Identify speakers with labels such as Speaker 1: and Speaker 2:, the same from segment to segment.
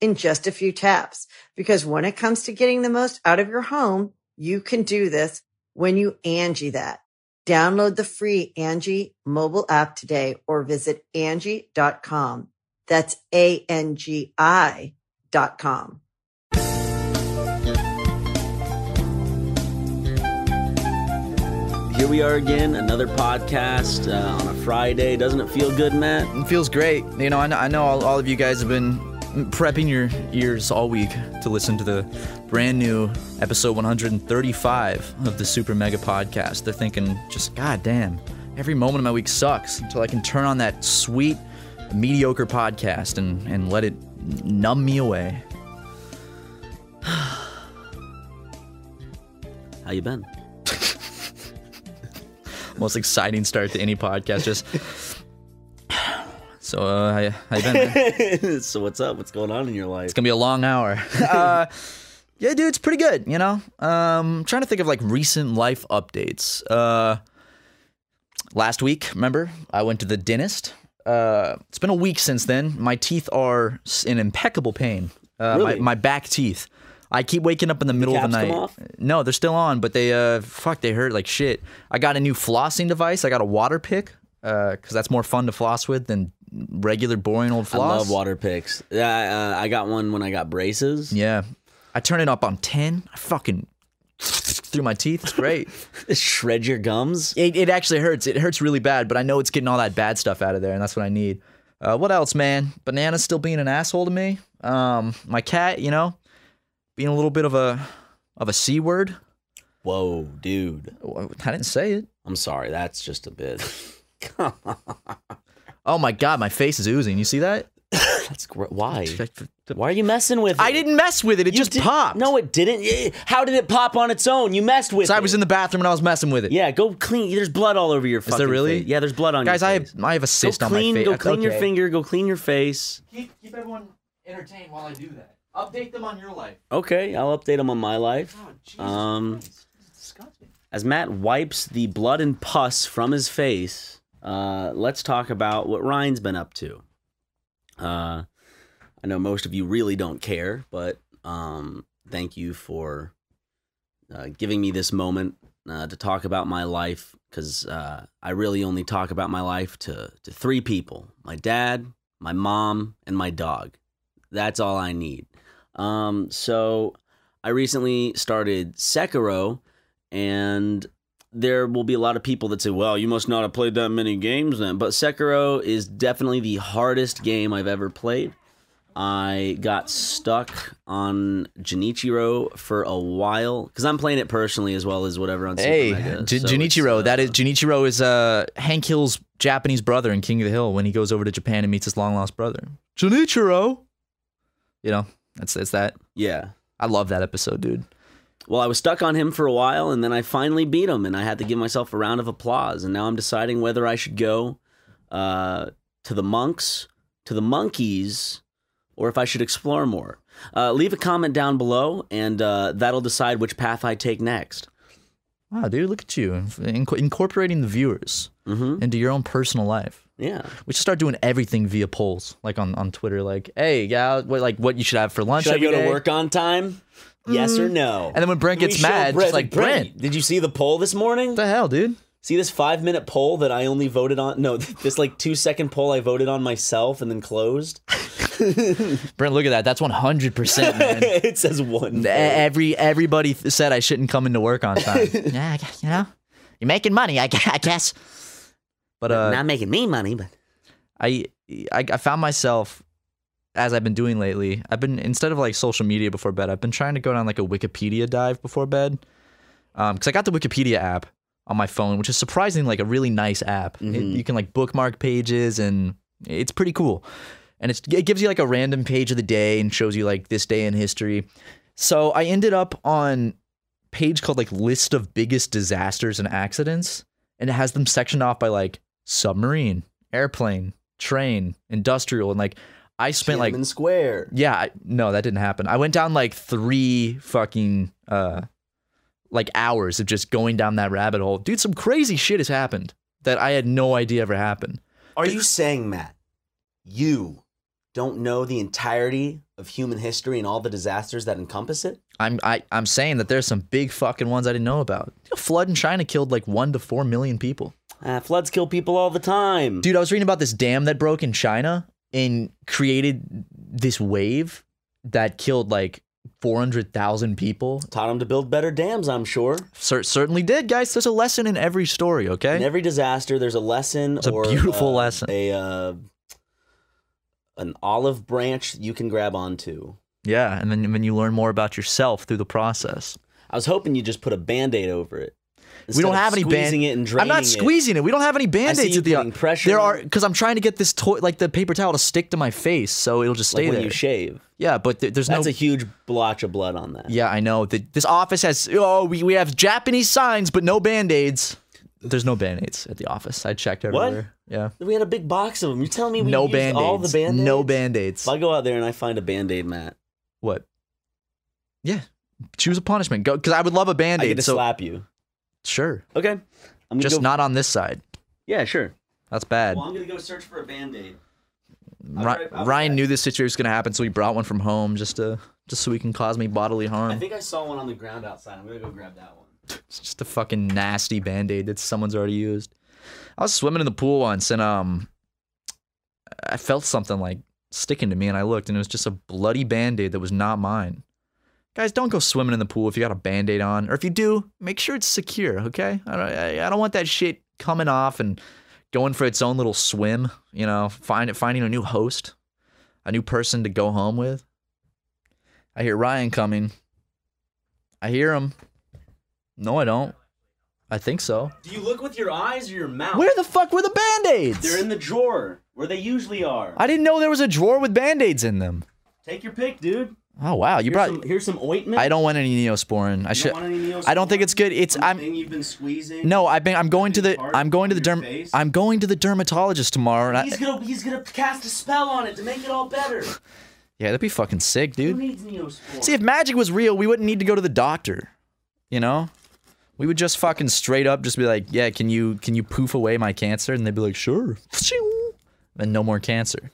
Speaker 1: in just a few taps. Because when it comes to getting the most out of your home, you can do this when you Angie that. Download the free Angie mobile app today or visit Angie.com. That's A-N-G-I dot com.
Speaker 2: Here we are again, another podcast uh, on a Friday. Doesn't it feel good, Matt?
Speaker 3: It feels great. You know, I know, I know all, all of you guys have been prepping your ears all week to listen to the brand new episode 135 of the Super Mega Podcast. They're thinking, just God damn, every moment of my week sucks until I can turn on that sweet, mediocre podcast and, and let it numb me away.
Speaker 2: How you been?
Speaker 3: Most exciting start to any podcast. Just. So uh, how, how you been? man?
Speaker 2: so what's up? What's going on in your life?
Speaker 3: It's gonna be a long hour. uh, yeah, dude, it's pretty good. You know, um, I'm trying to think of like recent life updates. Uh, last week, remember, I went to the dentist. Uh, it's been a week since then. My teeth are s- in impeccable pain. Uh,
Speaker 2: Really?
Speaker 3: my, my back teeth. I keep waking up in the middle of the
Speaker 2: caps
Speaker 3: night.
Speaker 2: come off?
Speaker 3: No, they're still on, but they uh, fuck, they hurt like shit. I got a new flossing device. I got a water pick because that's more fun to floss with than regular boring
Speaker 2: I
Speaker 3: old floss.
Speaker 2: love water picks. Yeah, uh, I got one when I got braces.
Speaker 3: Yeah. I turn it up on 10. I fucking through my teeth. It's great.
Speaker 2: Shred your gums.
Speaker 3: it, it actually hurts. It hurts really bad, but I know it's getting all that bad stuff out of there, and that's what I need. Uh, what else, man? Banana's still being an asshole to me. Um, my cat, you know, being a little bit of a of a c word.
Speaker 2: Whoa, dude.
Speaker 3: Oh, I didn't say it.
Speaker 2: I'm sorry. That's just a bit.
Speaker 3: Oh my god, my face is oozing. You see that?
Speaker 2: That's gr- why. Why are you messing with?
Speaker 3: I
Speaker 2: it?
Speaker 3: didn't mess with it. It
Speaker 2: You
Speaker 3: just
Speaker 2: did-
Speaker 3: popped.
Speaker 2: No, it didn't. Yeah, How did it pop on its own? You messed with.
Speaker 3: So I
Speaker 2: it.
Speaker 3: was in the bathroom and I was messing with it.
Speaker 2: Yeah, go clean. There's blood all over your. Is
Speaker 3: there really?
Speaker 2: Yeah, there's blood on.
Speaker 3: Guys,
Speaker 2: your
Speaker 3: I
Speaker 2: face.
Speaker 3: have I have a cyst
Speaker 2: go
Speaker 3: on my
Speaker 2: clean,
Speaker 3: face.
Speaker 2: Go clean your
Speaker 3: Okay.
Speaker 2: finger. Go clean your face.
Speaker 3: keep, keep everyone entertained while I do that. Update them on your life.
Speaker 2: Okay, I'll update them on my life.
Speaker 3: Oh, Jesus
Speaker 2: Um,
Speaker 3: Christ. This is disgusting.
Speaker 2: As Matt wipes the blood and pus from his face, uh, let's talk about what Ryan's been up to. Uh, I know most of you really don't care, but um, thank you for uh, giving me this moment uh, to talk about my life because uh, I really only talk about my life to, to three people my dad, my mom, and my dog. That's all I need. Um, so I recently started Sekiro, and there will be a lot of people that say, well, you must not have played that many games then. But Sekiro is definitely the hardest game I've ever played. I got stuck on Junichiro for a while because I'm playing it personally as well as whatever on
Speaker 3: Hey,
Speaker 2: Super Mega.
Speaker 3: J-
Speaker 2: so
Speaker 3: Junichiro.
Speaker 2: it's, uh,
Speaker 3: that is Junichiro is uh, Hank Hill's Japanese brother in King of the Hill when he goes over to Japan and meets his long lost brother. Junichiro. You know, that's that's that.
Speaker 2: yeah.
Speaker 3: I love that episode, dude.
Speaker 2: Well, I was stuck on him for a while, and then I finally beat him, and I had to give myself a round of applause. And now I'm deciding whether I should go uh, to the monks, to the monkeys, or if I should explore more. Uh, leave a comment down below, and uh, that'll decide which path I take next.
Speaker 3: Wow, dude, look at you inc- incorporating the viewers
Speaker 2: hmm
Speaker 3: into your own personal life.
Speaker 2: Yeah.
Speaker 3: We should start doing everything via polls, like on, on Twitter. Like, hey, yeah, what, like what you should have for lunch.
Speaker 2: Should I
Speaker 3: every
Speaker 2: go to
Speaker 3: day. Mm.
Speaker 2: work on time? Yes or no?
Speaker 3: And then when Brent
Speaker 2: Do we
Speaker 3: gets
Speaker 2: show
Speaker 3: mad,
Speaker 2: Brent-
Speaker 3: just like, "Brent."
Speaker 2: did you see the poll this morning?
Speaker 3: What the hell, dude?
Speaker 2: See this five minute poll that I only voted on? No, this like two second poll I voted on myself and then closed.
Speaker 3: Brent, look at that. That's 100%, man.
Speaker 2: it says one.
Speaker 3: E-
Speaker 2: thing.
Speaker 3: Every everybody th- said I shouldn't come into work on time. yeah, I guess, you know, you're making money, I, gue- I guess. But uh,
Speaker 2: Not making me money, but
Speaker 3: I, I I found myself as I've been doing lately. I've been instead of like social media before bed, I've been trying to go down like a Wikipedia dive before bed. Um, because I got the Wikipedia app on my phone, which is surprisingly like a really nice app. It-
Speaker 2: Mhm.
Speaker 3: you can like bookmark pages, and it's pretty cool. And it's, it gives you like a random page of the day and shows you like this day in history. So I ended up on page called like list of biggest disasters and accidents, and it has them sectioned off by like submarine, airplane, train, industrial, and like I spent like
Speaker 2: Tiananmen Square.
Speaker 3: yeah, I, no, that didn't happen. I went down like three fucking uh like hours of just going down that rabbit hole. Dude, some crazy shit has happened that I had no idea ever happened.
Speaker 2: Are you saying, Matt, you don't know the entirety of human history and all the disasters that encompass it?
Speaker 3: I'm I, I'm saying that there's some big fucking ones I didn't know about. A flood in China killed like one to four million people.
Speaker 2: Uh, floods kill people all the time.
Speaker 3: Dude, I was reading about this dam that broke in China and created this wave that killed like four hundred thousand people.
Speaker 2: Taught them to build better dams, I'm sure.
Speaker 3: Cer- certainly did, guys. There's a lesson in every story, okay?
Speaker 2: In every disaster, there's a lesson
Speaker 3: a
Speaker 2: or
Speaker 3: beautiful
Speaker 2: uh,
Speaker 3: lesson.
Speaker 2: a uh, an olive branch you can grab onto.
Speaker 3: Yeah, and then when you learn more about yourself through the process.
Speaker 2: I was hoping you just put a band-aid over it.
Speaker 3: we
Speaker 2: Instead
Speaker 3: don't
Speaker 2: of
Speaker 3: have any
Speaker 2: squeezing
Speaker 3: band-
Speaker 2: it and
Speaker 3: I'm
Speaker 2: draining
Speaker 3: not squeezing it. We don't have any
Speaker 2: I
Speaker 3: band
Speaker 2: see
Speaker 3: aids
Speaker 2: you
Speaker 3: at the
Speaker 2: putting pressure
Speaker 3: There
Speaker 2: on
Speaker 3: are because I'm trying to get this toy like the paper towel to stick to my face, so it'll just
Speaker 2: It, like
Speaker 3: stay
Speaker 2: when
Speaker 3: there.
Speaker 2: you shave.
Speaker 3: yeah, but th- there's
Speaker 2: That's
Speaker 3: no.
Speaker 2: a huge blotch of blood on that.
Speaker 3: yeah, I know. The, this office has oh we, we have Japanese signs, but no band aids. There's no band aids at the office. I checked
Speaker 2: What?
Speaker 3: everywhere. Yeah,
Speaker 2: We had a big box of them. You're telling me we
Speaker 3: no
Speaker 2: used
Speaker 3: band aids.
Speaker 2: all the band-aids?
Speaker 3: No band aids.
Speaker 2: If I go out there and I find a band aid, Matt,
Speaker 3: What? Yeah, choose a punishment. Go because I would love a band
Speaker 2: I get
Speaker 3: aid.
Speaker 2: to
Speaker 3: So
Speaker 2: slap you.
Speaker 3: sure,
Speaker 2: Okay. I'm gonna
Speaker 3: just
Speaker 2: go-
Speaker 3: not on this side.
Speaker 2: Yeah, sure.
Speaker 3: That's bad.
Speaker 2: I'm gonna go search for a band aid.
Speaker 3: Ri-
Speaker 2: I'll be right- I'll be
Speaker 3: Ryan
Speaker 2: back.
Speaker 3: knew this situation was gonna happen, so he brought one from home just to just so he can cause me bodily
Speaker 2: I
Speaker 3: harm.
Speaker 2: think I saw one on the ground outside. I'm gonna go grab that one.
Speaker 3: it's just a fucking nasty band aid that someone's already used. I was swimming in the pool once, and um, I felt something like sticking to me, and I looked, and it was just a bloody band aid that was not mine. Guys, don't go swimming in the pool if you got a band aid on, or if you do, make sure it's secure, okay? I don't, I, I don't want that shit coming off and going for its own little swim. You know, find finding a new host, a new person to go home with. I hear Ryan coming. I hear him. No, I don't. I think so.
Speaker 2: Do you look with your eyes or your mouth?
Speaker 3: Where the fuck were the
Speaker 2: They're
Speaker 3: band-aids?
Speaker 2: in the drawer where they usually are.
Speaker 3: I didn't know there was a drawer with band-aids in them.
Speaker 2: Take your pick, dude.
Speaker 3: Oh wow, you
Speaker 2: Here's,
Speaker 3: brought
Speaker 2: some, here's some ointment.
Speaker 3: I don't want any Neosporin. I
Speaker 2: You
Speaker 3: should
Speaker 2: want any Neosporin?
Speaker 3: I don't think it's good. It's
Speaker 2: From the
Speaker 3: I'm
Speaker 2: thing you've been squeezing.
Speaker 3: no, I've been I'm going to the
Speaker 2: Big part
Speaker 3: I'm going to the
Speaker 2: on your
Speaker 3: derm
Speaker 2: face?
Speaker 3: I'm going to the dermatologist tomorrow and
Speaker 2: He's
Speaker 3: I,
Speaker 2: gonna he's gonna cast a spell on it to make it all better.
Speaker 3: Yeah, that'd be fucking sick,
Speaker 2: Who
Speaker 3: dude.
Speaker 2: needs Neosporin?
Speaker 3: See if magic was real, we wouldn't need to go to the doctor. You know? We would just fucking straight up just be like, Yeah, can you can you poof away my cancer? And they'd be like, Sure. And no more cancer.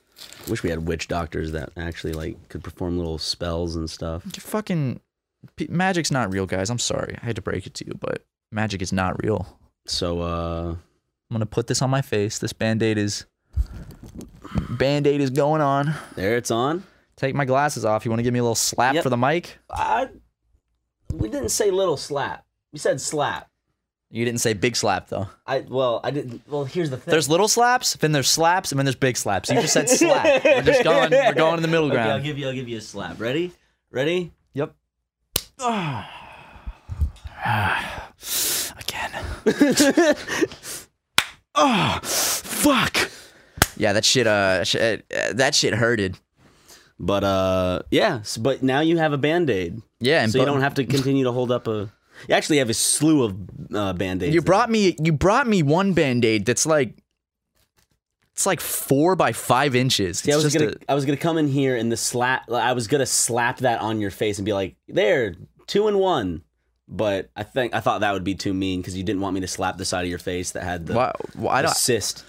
Speaker 2: Wish we had witch doctors that actually like could perform little spells and stuff.
Speaker 3: You're fucking p- magic's not real, guys. I'm sorry. I had to break it to you, but magic is not real.
Speaker 2: So uh
Speaker 3: I'm gonna put this on my face. This band-aid is band-aid is going on.
Speaker 2: there it's on.
Speaker 3: Take my glasses off. You wanna give me a little slap
Speaker 2: Yep.
Speaker 3: for the mic?
Speaker 2: I we didn't say little slap. We said slap.
Speaker 3: You didn't say big slap though.
Speaker 2: I well I didn't well here's the thing.
Speaker 3: There's little slaps, then there's slaps, and then there's big slaps. You just said slap. we're just going we're going to the middle
Speaker 2: Okay, I'll
Speaker 3: ground.
Speaker 2: give you I'll give you a slap. Ready? Ready?
Speaker 3: Yep. Again. oh,
Speaker 2: Ah,
Speaker 3: fuck. Yeah, that shit. Uh, sh- uh, that shit hurted.
Speaker 2: But uh yeah, s- but now you have a band-aid.
Speaker 3: Yeah, and
Speaker 2: so you
Speaker 3: bu-
Speaker 2: don't have to continue to hold up a you actually have a slew of uh, band-aids.
Speaker 3: You brought me. You brought me one band aid that's like. It's like four by five inches.
Speaker 2: See, I
Speaker 3: It's
Speaker 2: was
Speaker 3: just
Speaker 2: gonna I was gonna come in here and the slap I was gonna slap that on your face and be like, there, two and one. But I think I thought that would be too mean because you didn't want me to slap the side of your face that had
Speaker 3: a,
Speaker 2: the,
Speaker 3: why, why I
Speaker 2: the
Speaker 3: don't,
Speaker 2: cyst.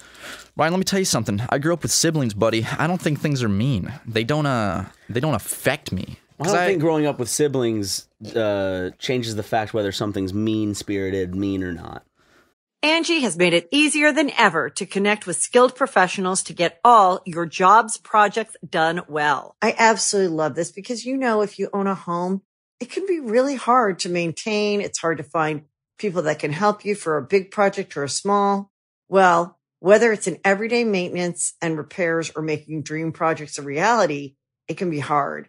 Speaker 3: Ryan, let me tell you something. I grew up with siblings, buddy. I don't think things are mean. They don't. Uh, they don't affect me.
Speaker 2: I
Speaker 3: 'Cause
Speaker 2: don't think growing up with siblings uh, changes the fact whether something's mean spirited, mean or not.
Speaker 1: Angie has made it easier than ever to connect with skilled professionals to get all your jobs projects done well. I absolutely love this because, you know, if you own a home, it can be really hard to maintain. It's hard to find people that can help you for a big project or a small. Well, whether it's in everyday maintenance and repairs or making dream projects a reality, it can be hard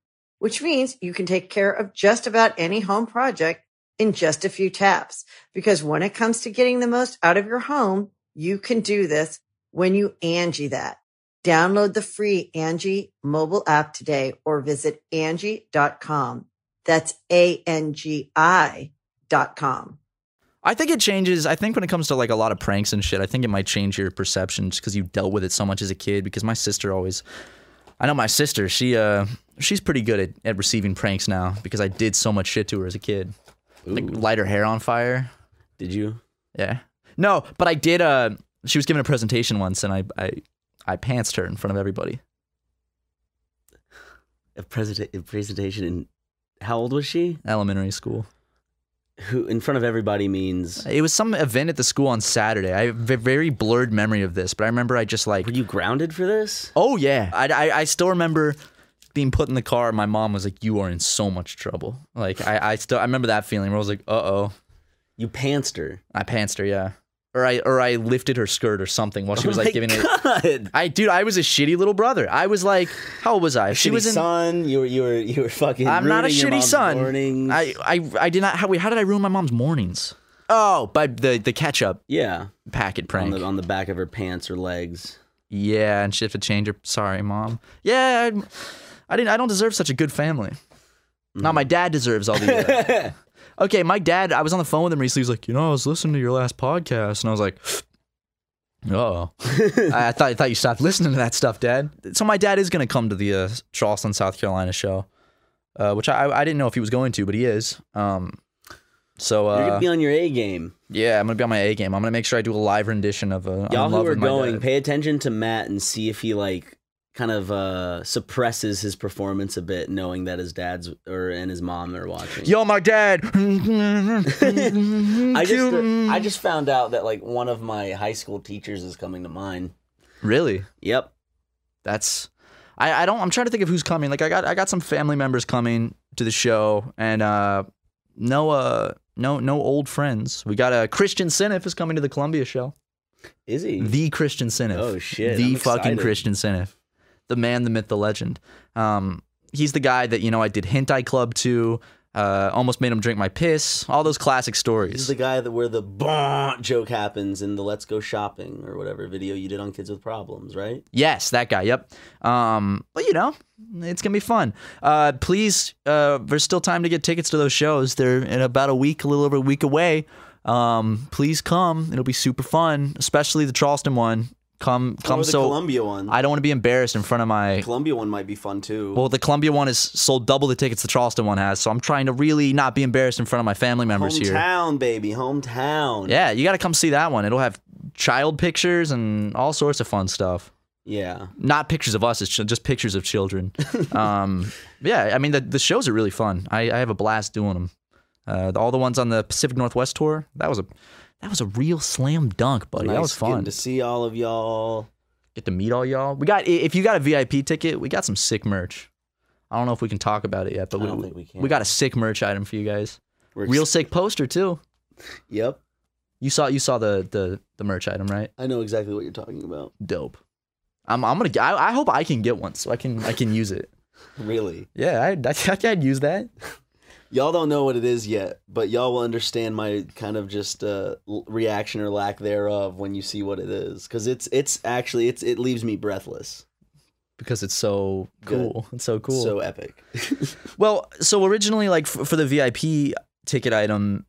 Speaker 1: which means you can take care of just about any home project in just a few taps. Because when it comes to getting the most out of your home, you can do this when you Angie that. Download the free Angie mobile app today or visit Angie.com. That's A-N-G-I dot com.
Speaker 3: I think it changes. I think when it comes to like a lot of pranks and shit, I think it might change your perception just because you dealt with it so much as a kid. Because my sister always, I know my sister, she uh, she's pretty good at, at receiving pranks now because I did so much shit to her as a kid. Like light her hair on fire.
Speaker 4: Did you?
Speaker 3: Yeah. No, but I did. Uh, she was giving a presentation once, and I I I pantsed her in front of everybody.
Speaker 4: A, presenta- a presentation in. How old was she?
Speaker 3: Elementary school.
Speaker 4: Who in front of everybody means?
Speaker 3: It was some event at the school on Saturday. I have a very blurred memory of this, but I remember I just like
Speaker 4: Were you grounded for this?
Speaker 3: Oh yeah, I, I, I still remember being put in the car. My mom was like, "You are in so much trouble." Like I, I still I remember that feeling where I was like, "Uh oh,"
Speaker 4: You pantsed her.
Speaker 3: I pantsed her, yeah, or I or I lifted her skirt or something while she was
Speaker 4: Oh
Speaker 3: like
Speaker 4: my
Speaker 3: giving it.
Speaker 4: God.
Speaker 3: I dude, I was a shitty little brother. I was like, how old was I? She
Speaker 4: Shitty
Speaker 3: was in.
Speaker 4: son. You were you were you were fucking.
Speaker 3: I'm not a
Speaker 4: ruining your
Speaker 3: shitty
Speaker 4: mom's
Speaker 3: son.
Speaker 4: Mornings.
Speaker 3: I, I I did not. How, wait, how did I ruin my mom's mornings? Oh, by the the ketchup
Speaker 4: yeah.
Speaker 3: packet
Speaker 4: On
Speaker 3: prank.
Speaker 4: the on the back of her pants or legs.
Speaker 3: yeah, and she had to change her. Sorry, mom. Yeah, I, I didn't. I don't deserve such a good family.
Speaker 4: Mm-hmm.
Speaker 3: Not my dad deserves all the. Okay, my dad, I was on the phone with him recently. He was like, you know, I was listening to your last podcast. And I was like, oh. I, I thought, I thought you stopped listening to that stuff, Dad. So my dad is going to come to the uh, Charleston, South Carolina show, uh, which I, I didn't know if he was going to, but he is. Um, so
Speaker 4: You're
Speaker 3: uh,
Speaker 4: gonna be on your A game.
Speaker 3: yeah, I'm going to be on my A game. I'm going to make sure I do a live rendition of uh, I'm
Speaker 4: Y'all
Speaker 3: in love
Speaker 4: who are
Speaker 3: with my
Speaker 4: going,
Speaker 3: dad.
Speaker 4: pay attention to Matt and see if he like kind of uh suppresses his performance a bit, knowing that his dad's or and his mom are watching.
Speaker 3: Yo, my dad.
Speaker 4: I just I just found out that like one of my high school teachers is coming to mine.
Speaker 3: really?
Speaker 4: Yep.
Speaker 3: that's I, I don't I'm trying to think of who's coming. Like I got I got some family members coming to the show and uh no uh no no old friends. We got a uh, Christian Sinif is coming to the Columbia show.
Speaker 4: Is he?
Speaker 3: The Christian Sinif.
Speaker 4: Oh, shit.
Speaker 3: The
Speaker 4: I'm
Speaker 3: fucking
Speaker 4: excited.
Speaker 3: Christian Sinif. The man, the myth, the legend. Um he's the guy that, you know, I did Hentai Club to, uh almost made him drink my piss. All those classic
Speaker 4: This is
Speaker 3: stories.
Speaker 4: the guy that where the bon joke happens in the "Let's Go Shopping" or whatever video you did on Kids with Problems, right?
Speaker 3: Yes, that guy. Yep. Um, but you know, it's gonna be fun. Uh, please, uh, there's still time to get tickets to those shows. They're in about a week, a little over a week away. Um, please come. It'll be super fun, especially the Charleston one. Come, come.
Speaker 4: or the
Speaker 3: so
Speaker 4: Columbia one.
Speaker 3: I don't want to be embarrassed in front of my.
Speaker 4: Columbia one might be fun too.
Speaker 3: Well, the Columbia one is sold double the tickets the Charleston one has, so I'm trying to really not be embarrassed in front of my family members here.
Speaker 4: hometown, baby, hometown.
Speaker 3: Yeah, you got to come see that one. It'll have child pictures and all sorts of fun stuff.
Speaker 4: Yeah.
Speaker 3: not pictures of us. It's ju- just pictures of children. um, yeah, I mean the the shows are really fun. I, I have a blast doing them. Uh, all the ones on the Pacific Northwest tour that was a that was a real slam dunk, buddy. that
Speaker 4: Nice
Speaker 3: was
Speaker 4: getting
Speaker 3: fun.
Speaker 4: to see all of y'all.
Speaker 3: Get to meet all y'all. We got i- if you got a VIP ticket, we got some sick merch. I don't know if we can talk about it yet, but
Speaker 4: I don't
Speaker 3: we,
Speaker 4: think we can.
Speaker 3: we got a sick merch item for you guys.
Speaker 4: We're
Speaker 3: Real
Speaker 4: ex-
Speaker 3: sick poster too.
Speaker 4: yep.
Speaker 3: You saw you saw the the the merch item right?
Speaker 4: I know exactly what you're talking about.
Speaker 3: Dope. I'm I'm gonna. g- I, I hope I can get one so I can I can use it.
Speaker 4: Really.
Speaker 3: Yeah, I, I I'd use that.
Speaker 4: Y'all don't know what it is yet, but y'all will understand my kind of just uh, l- reaction or lack thereof when you see what it is, because it's it's actually it's it leaves me breathless.
Speaker 3: because it's so
Speaker 4: Good.
Speaker 3: cool. It's so cool.
Speaker 4: So epic.
Speaker 3: well, so originally, like f- for the VIP ticket item,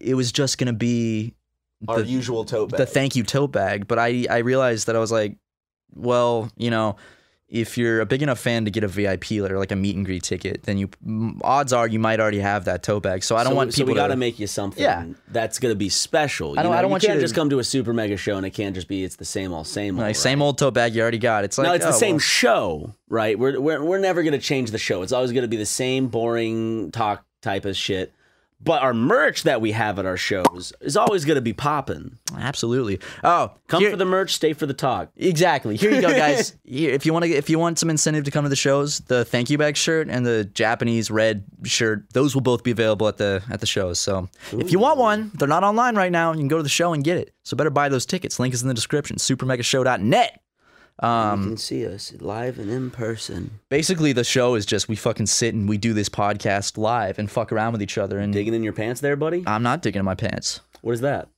Speaker 3: it was just gonna be the,
Speaker 5: our usual tote bag.
Speaker 3: the thank you tote bag. But I, I realized that I was like, well, you know, if you're a big enough fan to get a VIP or like a meet and greet ticket, then you m- odds are you might already have that tote bag. So I don't
Speaker 2: so,
Speaker 3: want
Speaker 2: so
Speaker 3: people
Speaker 2: we got
Speaker 3: to
Speaker 2: to make you something
Speaker 3: Yeah.
Speaker 2: that's going to be special.
Speaker 3: I don't-
Speaker 2: you know,
Speaker 3: I don't want you
Speaker 2: can't
Speaker 3: to-
Speaker 2: just come to a super mega show and it can't just be it's the same old same old.
Speaker 3: like
Speaker 2: right?
Speaker 3: same old tote bag you already got. It's like
Speaker 2: no, it's
Speaker 3: oh,
Speaker 2: the same
Speaker 3: well,
Speaker 2: show, right? We're we're we're never going to change the show. It's always going to be the same boring talk type of shit. But our merch that we have at our shows is always going to be popping.
Speaker 3: absolutely. Oh,
Speaker 2: Come
Speaker 3: here-
Speaker 2: for the merch, stay for the talk.
Speaker 3: Exactly. Here you go, guys. Here, if you want to, if you want some incentive to come to the shows, the thank you bag shirt and the Japanese red shirt, those will both be available at the at the shows. So if you want one, they're not online right now. You can go to the show and get it. So better buy those tickets. Link is in the description. Supermegashow.net. Um,
Speaker 2: you can see us live and in person,
Speaker 3: Basically, the show is just we fucking sit and we do this podcast live and fuck around with each other. And
Speaker 2: digging in your pants, there, buddy.
Speaker 3: I'm not digging in my pants.
Speaker 2: What is that?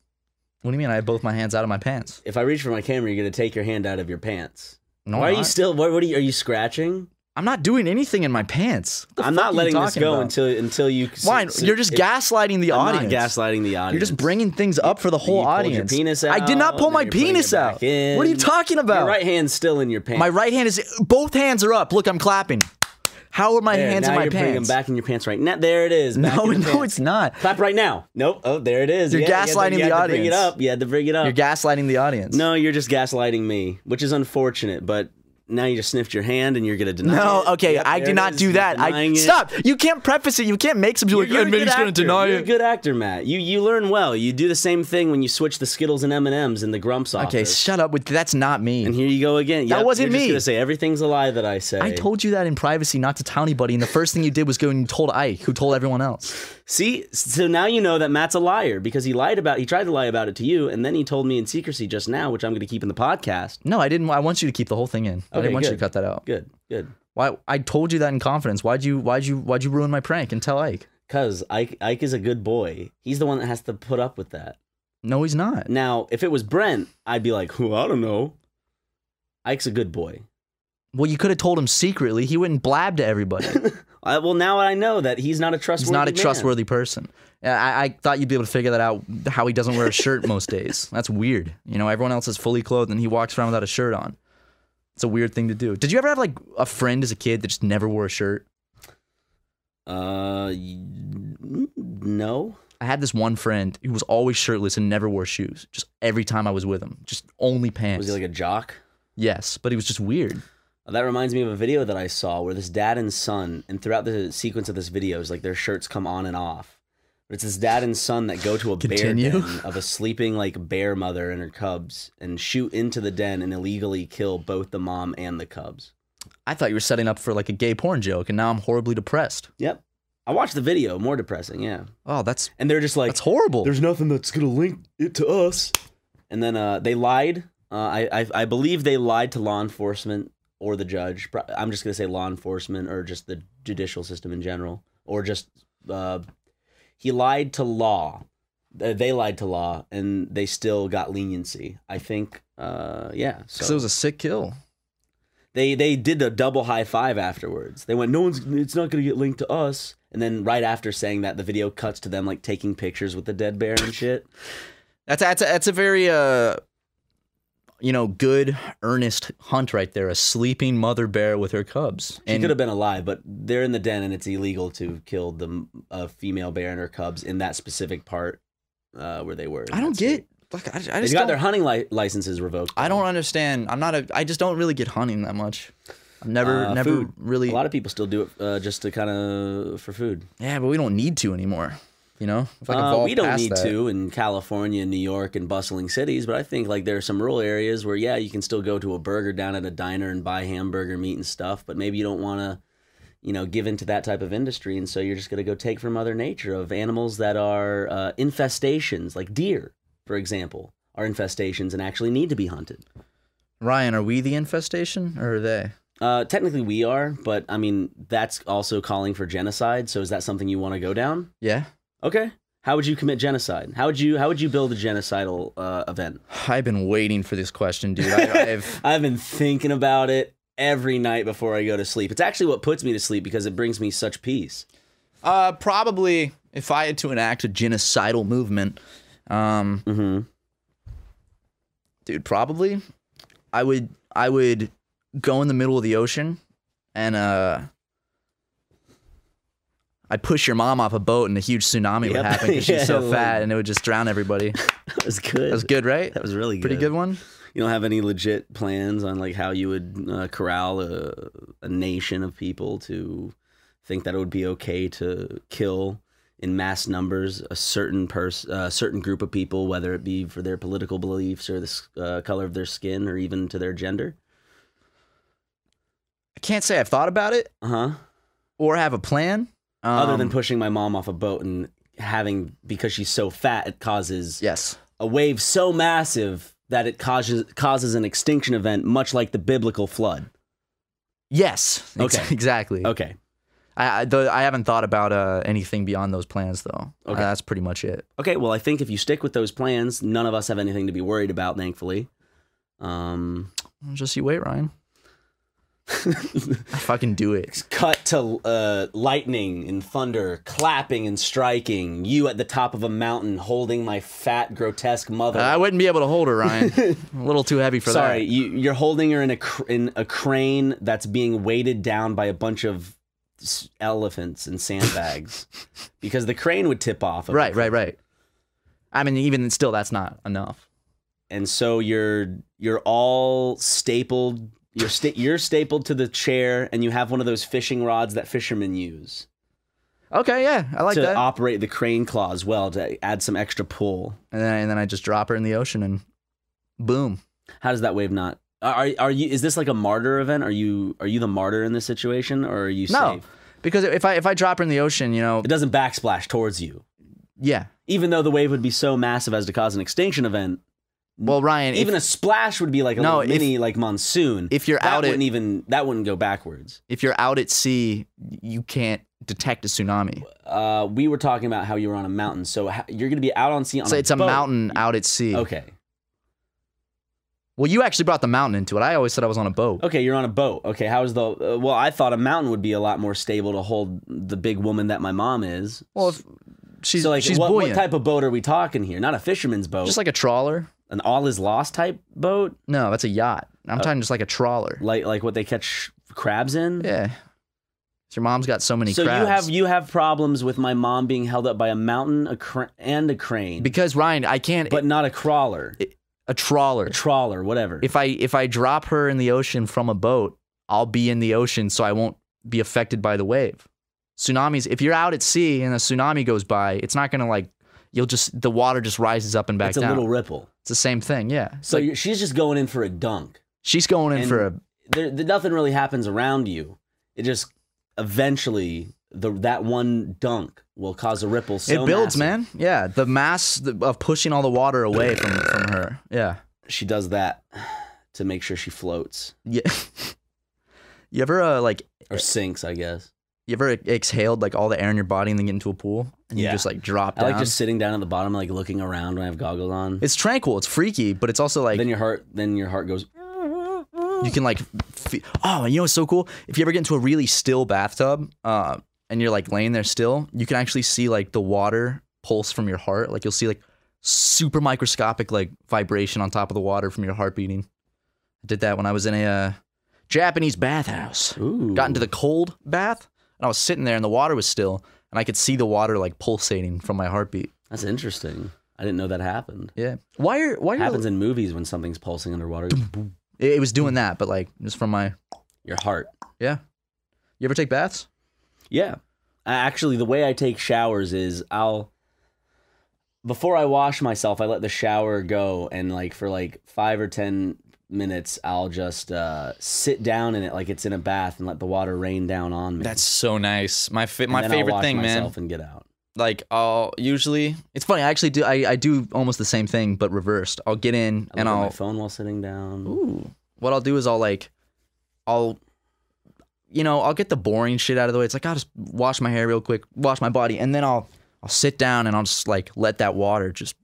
Speaker 3: What do you mean? I have both my hands out of my pants.
Speaker 2: If I reach for my camera, you're going to take your hand out of your pants.
Speaker 3: No,
Speaker 2: Why
Speaker 3: I'm
Speaker 2: are you
Speaker 3: not.
Speaker 2: still? What, what are you? Are you scratching?
Speaker 3: I'm not doing anything in my pants. What the
Speaker 2: I'm
Speaker 3: fuck
Speaker 2: not
Speaker 3: are you
Speaker 2: letting this
Speaker 3: talking
Speaker 2: go
Speaker 3: about?
Speaker 2: until until you.
Speaker 3: Why?
Speaker 2: so-
Speaker 3: You're just
Speaker 2: it-
Speaker 3: gaslighting the
Speaker 2: I'm not
Speaker 3: audience.
Speaker 2: gaslighting the audience.
Speaker 3: You're just bringing things up for the whole
Speaker 2: you pulled your
Speaker 3: audience.
Speaker 2: penis
Speaker 3: I did not
Speaker 2: out,
Speaker 3: pull
Speaker 2: now
Speaker 3: my
Speaker 2: you're bringing
Speaker 3: penis
Speaker 2: it
Speaker 3: out.
Speaker 2: back in.
Speaker 3: What are you talking about?
Speaker 2: Your right hand's still in your pants.
Speaker 3: My right hand is. Both hands are up. Look, I'm clapping. How are my
Speaker 2: There,
Speaker 3: hands
Speaker 2: now
Speaker 3: in my
Speaker 2: you're putting
Speaker 3: pants?
Speaker 2: them back in your pants right now. There it is. back
Speaker 3: no,
Speaker 2: in
Speaker 3: no,
Speaker 2: the pants.
Speaker 3: it's not.
Speaker 2: Clap right now. Nope. Oh, there it is.
Speaker 3: You're
Speaker 2: Yeah, you had to-
Speaker 3: gaslighting
Speaker 2: you
Speaker 3: the
Speaker 2: had to Bring it
Speaker 3: audience.
Speaker 2: up. You had to bring it up.
Speaker 3: You're gaslighting the audience.
Speaker 2: no, you're just gaslighting me, which is unfortunate. But now you just sniffed your hand and you're gonna deny.
Speaker 3: No,
Speaker 2: it.
Speaker 3: okay,
Speaker 2: Yep,
Speaker 3: I
Speaker 2: there
Speaker 3: did
Speaker 2: it
Speaker 3: not
Speaker 2: is.
Speaker 3: do
Speaker 2: You're
Speaker 3: that. I
Speaker 2: denying it.
Speaker 3: stop. You can't preface it. You can't make some
Speaker 2: You're,
Speaker 3: like,
Speaker 2: you're a
Speaker 3: and
Speaker 2: good
Speaker 3: he's
Speaker 2: actor.
Speaker 3: gonna deny
Speaker 2: you're a
Speaker 3: it.
Speaker 2: good actor, Matt. You you learn well. You do the same thing when you switch the Skittles and M and M's in the Grumps office.
Speaker 3: Okay, shut up. With that's not me.
Speaker 2: And here you go again. Yep,
Speaker 3: wasn't
Speaker 2: you're
Speaker 3: me.
Speaker 2: Just gonna say everything's a lie that I say.
Speaker 3: I told you that in privacy, not to tell anybody. And the first thing you did was go and you told Ike, who told everyone else.
Speaker 2: See, so now you know that Matt's a liar because he lied about he tried to lie about it to you, and then he told me in secrecy just now, which I'm going to keep in the podcast.
Speaker 3: No, I didn't. I want you to keep the whole thing in. I
Speaker 2: Okay,
Speaker 3: didn't want you
Speaker 2: good.
Speaker 3: to cut that out.
Speaker 2: Good, good.
Speaker 3: Why? I told you that in confidence. Why'd you? Why'd you? Why'd you ruin my prank and tell Ike?
Speaker 2: Cause Ike, Ike is a good boy. He's the one that has to put up with that.
Speaker 3: No, he's not.
Speaker 2: Now, if it was Brent, I'd be like, "Who? I don't know." Ike's a good boy.
Speaker 3: Well, you could have told him secretly. He wouldn't blab to everybody.
Speaker 2: I, well, now I know that he's not a trustworthy.
Speaker 3: He's not a
Speaker 2: man.
Speaker 3: trustworthy person. I, I thought you'd be able to figure that out. How he doesn't wear a shirt most days. That's weird. You know, everyone else is fully clothed and he walks around without a shirt on. It's a weird thing to do. Did you ever have like a friend as a kid that just never wore a shirt?
Speaker 2: Uh, y- no.
Speaker 3: I had this one friend who was always shirtless and never wore shoes. Just every time I was with him, just only pants.
Speaker 2: Was he like a jock? Uh,
Speaker 3: yes, but he was just weird.
Speaker 2: That reminds me of a video that I saw where this dad and son, and throughout the sequence of this video, is like their shirts come on and off. But it's this dad and son that go to a
Speaker 3: Continue.
Speaker 2: bear den of a sleeping like bear mother and her cubs and shoot into the den and illegally kill both the mom and the cubs.
Speaker 3: I thought you were setting up for like a gay porn joke, and now I'm horribly depressed.
Speaker 2: Yep. I watched the video, more depressing, yeah.
Speaker 3: Oh, that's
Speaker 2: And they're just like
Speaker 3: that's horrible.
Speaker 2: There's nothing that's gonna link it to us. And then uh, they lied. Uh, I, I I believe they lied to law enforcement or the judge. Pro- I'm just gonna say law enforcement or just the judicial system in general, or just uh, he lied to law. Uh, They lied to law, and they still got leniency. I think, uh, yeah.
Speaker 3: Because
Speaker 2: So
Speaker 3: it was a sick kill.
Speaker 2: they they did a double high five afterwards. They went, "No one's, it's not gonna get linked to us." And then right after saying that, the video cuts to them like taking pictures with the dead bear and shit.
Speaker 3: That's that's a, that's a very uh, you know, good earnest hunt right there. A sleeping mother bear with her cubs.
Speaker 2: She
Speaker 3: And
Speaker 2: could have been alive, but they're in the den, and it's illegal to kill the uh, female bear and her cubs in that specific part uh, where they were.
Speaker 3: I don't get. Like, I, I
Speaker 2: They
Speaker 3: just
Speaker 2: got
Speaker 3: don't,
Speaker 2: their hunting li- licenses revoked.
Speaker 3: I don't understand. I'm not a. I just don't really get hunting that much. I've never,
Speaker 2: Uh,
Speaker 3: never
Speaker 2: food.
Speaker 3: really.
Speaker 2: A lot of people still do it uh, just to kind of for food.
Speaker 3: yeah, but we don't need to anymore. You know, if I
Speaker 2: Uh,
Speaker 3: evolve
Speaker 2: we don't
Speaker 3: past
Speaker 2: need
Speaker 3: that.
Speaker 2: to in California, New York, and bustling cities, but I think like there are some rural areas where yeah, you can still go to a burger down at a diner and buy hamburger meat and stuff, but maybe you don't want to, you know, give into that type of industry, and so you're just gonna go take from Mother Nature of animals that are uh, infestations, like deer, for example, are infestations and actually need to be hunted.
Speaker 3: Ryan, are we the infestation or are they?
Speaker 2: Uh, technically, we are, but I mean that's also calling for genocide. So is that something you want to go down?
Speaker 3: Yeah.
Speaker 2: Okay. How would you commit genocide? How would you how would you build a genocidal uh, event?
Speaker 3: I've been waiting for this question, dude. I, I've
Speaker 2: I've been thinking about it every night before I go to sleep. It's actually what puts me to sleep because it brings me such peace.
Speaker 3: uh, probably if I had to enact a genocidal movement, um,
Speaker 2: Mm-hmm.
Speaker 3: Dude, probably. I would I would go in the middle of the ocean and uh I'd push your mom off a boat and a huge tsunami would
Speaker 2: Yep.
Speaker 3: happen because
Speaker 2: Yeah,
Speaker 3: she's so
Speaker 2: like-
Speaker 3: fat and it would just drown everybody.
Speaker 2: That was good.
Speaker 3: That was good, right?
Speaker 2: That was really good.
Speaker 3: Pretty good one.
Speaker 2: You don't have any legit plans on like how you would uh, corral a, a nation of people to think that it would be okay to kill in mass numbers a certain person, a certain group of people, whether it be for their political beliefs or the s- uh, color of their skin or even to their gender.
Speaker 3: I can't say I've thought about it
Speaker 2: Uh huh.
Speaker 3: or have a plan. Um,
Speaker 2: Other than pushing my mom off a boat and having because she's so fat, it causes
Speaker 3: yes,
Speaker 2: a wave so massive that it causes causes an extinction event, much like the biblical flood.
Speaker 3: yes, ex-
Speaker 2: Okay.
Speaker 3: exactly.
Speaker 2: Okay.
Speaker 3: I I, though, I haven't thought about uh, anything beyond those plans though. Uh,
Speaker 2: Okay.
Speaker 3: that's pretty much it.
Speaker 2: Okay, well, I think if you stick with those plans, none of us have anything to be worried about, thankfully. Um,
Speaker 3: Just you wait, Ryan. I fucking do it.
Speaker 2: cut to uh, lightning and thunder, clapping and striking. You at the top of a mountain, holding my fat, grotesque mother.
Speaker 3: I wouldn't be able to hold her, Ryan. a little too heavy for
Speaker 2: Sorry,
Speaker 3: that.
Speaker 2: you, you're holding her in a cr- in a crane that's being weighted down by a bunch of s- elephants and sandbags, because the crane would tip off. of
Speaker 3: Right,
Speaker 2: it.
Speaker 3: right, right. I mean, even still, that's not enough.
Speaker 2: and so you're you're all stapled you're sta- you're stapled to the chair and you have one of those fishing rods that fishermen use
Speaker 3: Okay, yeah, I like
Speaker 2: to
Speaker 3: that.
Speaker 2: operate the crane claw as well to add some extra pull
Speaker 3: and, then, and then I just drop her in the ocean and boom.
Speaker 2: how does that wave not are are you is this like a martyr event are you are you the martyr in this situation or are you
Speaker 3: No,
Speaker 2: safe
Speaker 3: because if I if I drop her in the ocean, you know,
Speaker 2: it doesn't backsplash towards you
Speaker 3: yeah.
Speaker 2: even though the wave would be so massive as to cause an extinction event
Speaker 3: Well, Ryan,
Speaker 2: even
Speaker 3: if,
Speaker 2: a splash would be like a
Speaker 3: No,
Speaker 2: little
Speaker 3: if-
Speaker 2: mini like monsoon
Speaker 3: if you're
Speaker 2: that
Speaker 3: out at-
Speaker 2: wouldn't even that wouldn't go backwards
Speaker 3: if you're out at sea, you can't detect a tsunami.
Speaker 2: uh, we were talking about how you were on a mountain. So ho- you're going to be out on sea on
Speaker 3: So
Speaker 2: a
Speaker 3: it's a
Speaker 2: boat.
Speaker 3: mountain out at sea.
Speaker 2: Okay.
Speaker 3: Well, you actually brought the mountain into it. I always said I was on a boat.
Speaker 2: Okay, you're on a boat. Okay, how is the uh, well, I thought a mountain would be a lot more stable to hold the big woman that my mom is.
Speaker 3: Well, if she's
Speaker 2: so like
Speaker 3: she's
Speaker 2: what, what
Speaker 3: buoyant,
Speaker 2: type of boat are we talking here? Not a fisherman's boat.
Speaker 3: just like a trawler.
Speaker 2: an all is lost type boat?
Speaker 3: No, that's a yacht. I'm
Speaker 2: Oh.
Speaker 3: talking just like a trawler.
Speaker 2: Like like what they catch crabs in?
Speaker 3: Yeah. So your mom's got so many
Speaker 2: So
Speaker 3: crabs.
Speaker 2: you have you have problems with my mom being held up by a mountain a cr- and a crane,
Speaker 3: because Ryan, I can't
Speaker 2: but not a crawler,
Speaker 3: a trawler.
Speaker 2: a trawler, whatever.
Speaker 3: If I if I drop her in the ocean from a boat, I'll be in the ocean so I won't be affected by the wave. Tsunamis, if you're out at sea and a tsunami goes by, it's not going to like you'll just the water just rises up and back
Speaker 2: it's a
Speaker 3: down.
Speaker 2: little ripple.
Speaker 3: it's the same thing, yeah.
Speaker 2: So you're, she's just going in for a dunk.
Speaker 3: She's going in
Speaker 2: and-
Speaker 3: for a
Speaker 2: there, there nothing really happens around you. It just eventually the that one dunk will cause a ripple. So
Speaker 3: It builds,
Speaker 2: massive.
Speaker 3: man. Yeah, the mass th- of pushing all the water away from from her. Yeah,
Speaker 2: She does that to make sure she floats
Speaker 3: yeah. you ever uh, like
Speaker 2: or sinks, I guess.
Speaker 3: you ever exhaled like all the air in your body and then get into a pool and you
Speaker 2: Yeah.
Speaker 3: just like drop
Speaker 2: I
Speaker 3: down?
Speaker 2: like just sitting down at the bottom, like looking around when I have goggles on.
Speaker 3: it's tranquil. It's freaky, but it's also like
Speaker 2: then your heart, then your heart goes.
Speaker 3: you can like fe- oh and you know what's so cool if you ever get into a really still bathtub uh, and you're like laying there still you can actually see like the water pulse from your heart like you'll see like super microscopic like vibration on top of the water from your heart beating i did that when i was in a uh, japanese bathhouse
Speaker 2: Ooh.
Speaker 3: got into the cold bath and i was sitting there and the water was still and i could see the water like pulsating from my heartbeat
Speaker 2: That's interesting. I didn't know that happened.
Speaker 3: yeah why are why
Speaker 2: It
Speaker 3: are
Speaker 2: happens
Speaker 3: you,
Speaker 2: in movies when something's pulsing underwater.
Speaker 3: it, it was doing that but like just from my
Speaker 2: Your heart.
Speaker 3: yeah you ever take baths
Speaker 2: Yeah. I, actually, the way I take showers is I'll before I wash myself, I let the shower go, and like for like five or ten minutes, I'll just uh, sit down in it like it's in a bath and let the water rain down on me.
Speaker 3: That's so nice. My fa-
Speaker 2: And
Speaker 3: my
Speaker 2: then
Speaker 3: favorite
Speaker 2: I'll wash
Speaker 3: thing, man.
Speaker 2: myself And get out.
Speaker 3: Like I'll usually it's funny. I actually do. I, I do almost the same thing, but reversed. I'll get in
Speaker 2: I
Speaker 3: and
Speaker 2: look at my
Speaker 3: I'll.
Speaker 2: phone while sitting down.
Speaker 3: Ooh. What I'll do is I'll like, I'll, you know, I'll get the boring shit out of the way. It's like I'll just wash my hair real quick, wash my body, and then I'll I'll sit down and I'll just like let that water just,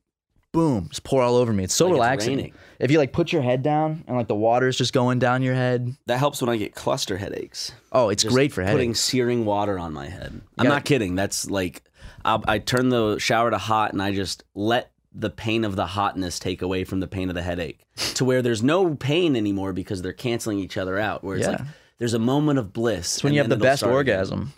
Speaker 3: boom, just pour all over me. It's so
Speaker 2: Like it's
Speaker 3: relaxing.
Speaker 2: raining.
Speaker 3: if you like put your head down and like the water is just going down your head.
Speaker 2: That helps when I get cluster headaches.
Speaker 3: Oh, it's
Speaker 2: Just
Speaker 3: great for
Speaker 2: putting
Speaker 3: headaches.
Speaker 2: searing water on my head. I'm
Speaker 3: gotta-
Speaker 2: not kidding. That's like I'll, I turn the shower to hot and I just let the pain of the hotness take away from the pain of the headache to where there's no pain anymore because they're canceling each other out. Where it's
Speaker 3: Yeah.
Speaker 2: like there's a moment of bliss.
Speaker 3: It's when you have the best orgasm.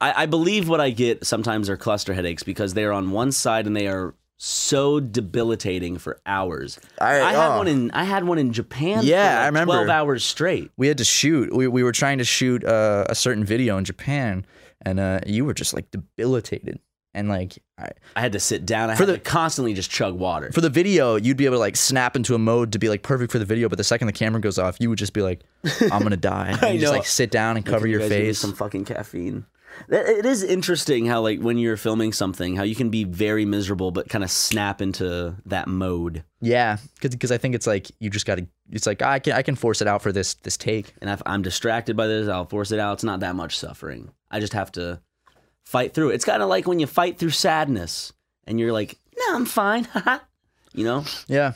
Speaker 2: I, I believe what I get sometimes are cluster headaches because they are on one side and they are so debilitating for hours.
Speaker 3: I-
Speaker 2: had
Speaker 3: oh.
Speaker 2: one in I had one in Japan. for,
Speaker 3: Yeah, I
Speaker 2: like,
Speaker 3: remember.
Speaker 2: twelve hours straight.
Speaker 3: We had to shoot. We, we were trying to shoot uh, a certain video in Japan, and uh, you were just like debilitated. And like I,
Speaker 2: I had to sit down. I
Speaker 3: For
Speaker 2: had
Speaker 3: the-
Speaker 2: to constantly just chug water.
Speaker 3: for the video, you'd be able to like snap into a mode to be like perfect for the video. But the second the camera goes off, you would just be like, "I'm gonna die." And
Speaker 2: I
Speaker 3: you just
Speaker 2: know.
Speaker 3: like sit down and cover
Speaker 2: Can you
Speaker 3: your
Speaker 2: guys give me
Speaker 3: face.
Speaker 2: Some fucking caffeine. That- It is interesting how like when you're filming something, how you can be very miserable but kind of snap into that mode.
Speaker 3: Yeah, because I think it's like you just gotta. It's like I can I can force it out for this this take.
Speaker 2: And if I'm distracted by this, I'll force it out. It's not that much suffering. I just have to fight through it. It's kind of like when you fight through sadness and you're like, "No, I'm fine." you know?
Speaker 3: Yeah,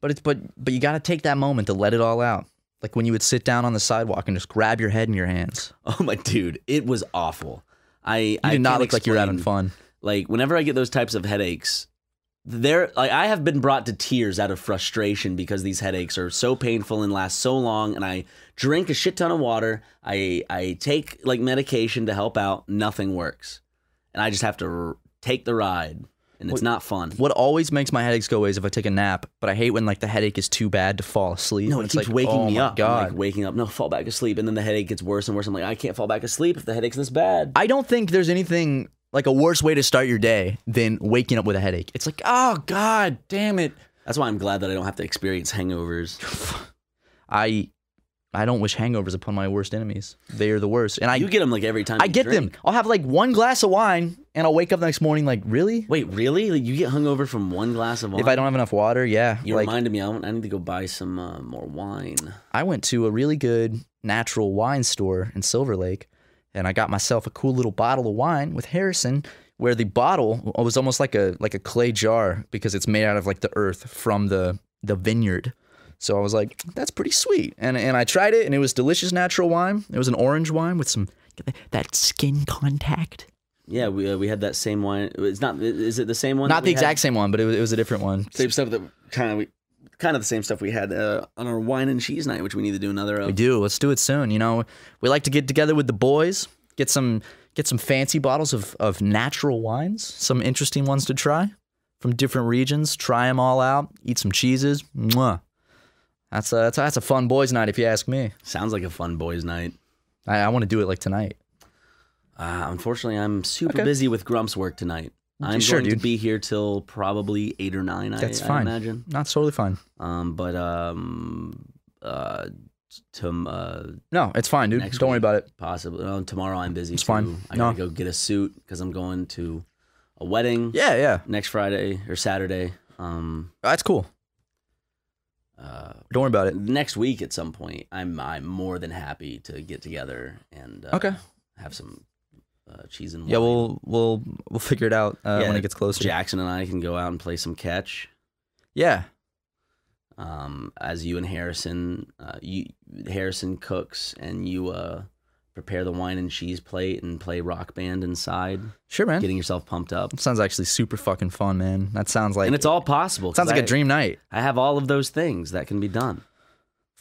Speaker 3: but it's but but you gotta take that moment to let it all out. Like when you would sit down on the sidewalk and just grab your head in your hands.
Speaker 2: Oh my dude, it was awful. I
Speaker 3: You
Speaker 2: I
Speaker 3: did not
Speaker 2: can't
Speaker 3: look like you're having
Speaker 2: explain.
Speaker 3: fun.
Speaker 2: like whenever I get those types of headaches, there like I have been brought to tears out of frustration because these headaches are so painful and last so long and I drink a shit ton of water, I I take like medication to help out, nothing works. And I just have to r- take the ride and it's
Speaker 3: What-
Speaker 2: not fun.
Speaker 3: What always makes my headaches go away is if I take a nap. But I hate when like the headache is too bad to fall asleep.
Speaker 2: No, it
Speaker 3: It's
Speaker 2: keeps
Speaker 3: like,
Speaker 2: waking
Speaker 3: oh
Speaker 2: me
Speaker 3: my
Speaker 2: up. I'm,
Speaker 3: God.
Speaker 2: like waking up, no, fall back asleep, and then the headache gets worse and worse. I'm like, I can't fall back asleep if the headache's this bad.
Speaker 3: I don't think there's anything like a worse way to start your day than waking up with a headache. It's like, oh god, damn it.
Speaker 2: That's why I'm glad that I don't have to experience hangovers.
Speaker 3: I I don't wish hangovers upon my worst enemies. They are the worst. And I
Speaker 2: You get them like every time.
Speaker 3: I
Speaker 2: you
Speaker 3: get
Speaker 2: drink.
Speaker 3: them. I'll have like one glass of wine and I'll wake up the next morning like, really?
Speaker 2: Wait, really? Like, you get hungover from one glass of wine?
Speaker 3: If I don't have enough water, yeah.
Speaker 2: You
Speaker 3: like
Speaker 2: reminded me. I, want- I need to go buy some uh, more wine.
Speaker 3: I went to a really good natural wine store in Silver Lake and I got myself a cool little bottle of wine with Harrison where the bottle was almost like a like a clay jar because it's made out of like the earth from the the vineyard. So I was like, that's pretty sweet. And and I tried it and it was delicious natural wine. It was an orange wine with some that skin contact.
Speaker 2: Yeah, we uh, we had that same wine. It's not. Is it the same one?
Speaker 3: Not the exact same one, but it was, it was a different one.
Speaker 2: same stuff that kind of we kind of the same stuff we had uh, on our wine and cheese night, which we need to do another.
Speaker 3: We
Speaker 2: Of.
Speaker 3: do. Let's do it soon. You know, we like to get together with the boys, get some get some fancy bottles of of natural wines, some interesting ones to try from different regions. Try them all out. Eat some cheeses. Mwah. That's a that's a, that's a fun boys' night if you ask me.
Speaker 2: Sounds like a fun boys' night.
Speaker 3: I, I want to do it like tonight.
Speaker 2: Uh, unfortunately, I'm super
Speaker 3: Okay.
Speaker 2: busy with Grump's work tonight. I'm
Speaker 3: Sure,
Speaker 2: going
Speaker 3: dude.
Speaker 2: to be here till probably eight or nine.
Speaker 3: That's
Speaker 2: I, I
Speaker 3: fine.
Speaker 2: imagine.
Speaker 3: That's totally fine.
Speaker 2: Um, but um, uh, to uh,
Speaker 3: No, it's fine, dude.
Speaker 2: Next
Speaker 3: Don't worry
Speaker 2: week.
Speaker 3: about it.
Speaker 2: possibly no, tomorrow I'm busy.
Speaker 3: It's
Speaker 2: too.
Speaker 3: fine.
Speaker 2: I
Speaker 3: No.
Speaker 2: gotta go get a suit because I'm going to a wedding.
Speaker 3: Yeah, yeah.
Speaker 2: next Friday or Saturday. Um,
Speaker 3: That's cool.
Speaker 2: uh,
Speaker 3: Don't worry about it.
Speaker 2: next week at some point, I'm I'm more than happy to get together and uh,
Speaker 3: Okay.
Speaker 2: have some uh, cheese and
Speaker 3: Yeah,
Speaker 2: wine.
Speaker 3: we'll we'll we'll figure it out uh,
Speaker 2: Yeah,
Speaker 3: when it gets closer.
Speaker 2: Jackson and I can go out and play some catch.
Speaker 3: Yeah.
Speaker 2: Um, as you and Harrison, uh, you Harrison cooks and you uh prepare the wine and cheese plate and play rock band inside,
Speaker 3: Sure, man.
Speaker 2: getting yourself pumped up.
Speaker 3: sounds actually super fucking fun, man. That sounds like
Speaker 2: And it's all possible. 'cause
Speaker 3: sounds like
Speaker 2: I-
Speaker 3: a dream night.
Speaker 2: I have all of those things that can be done.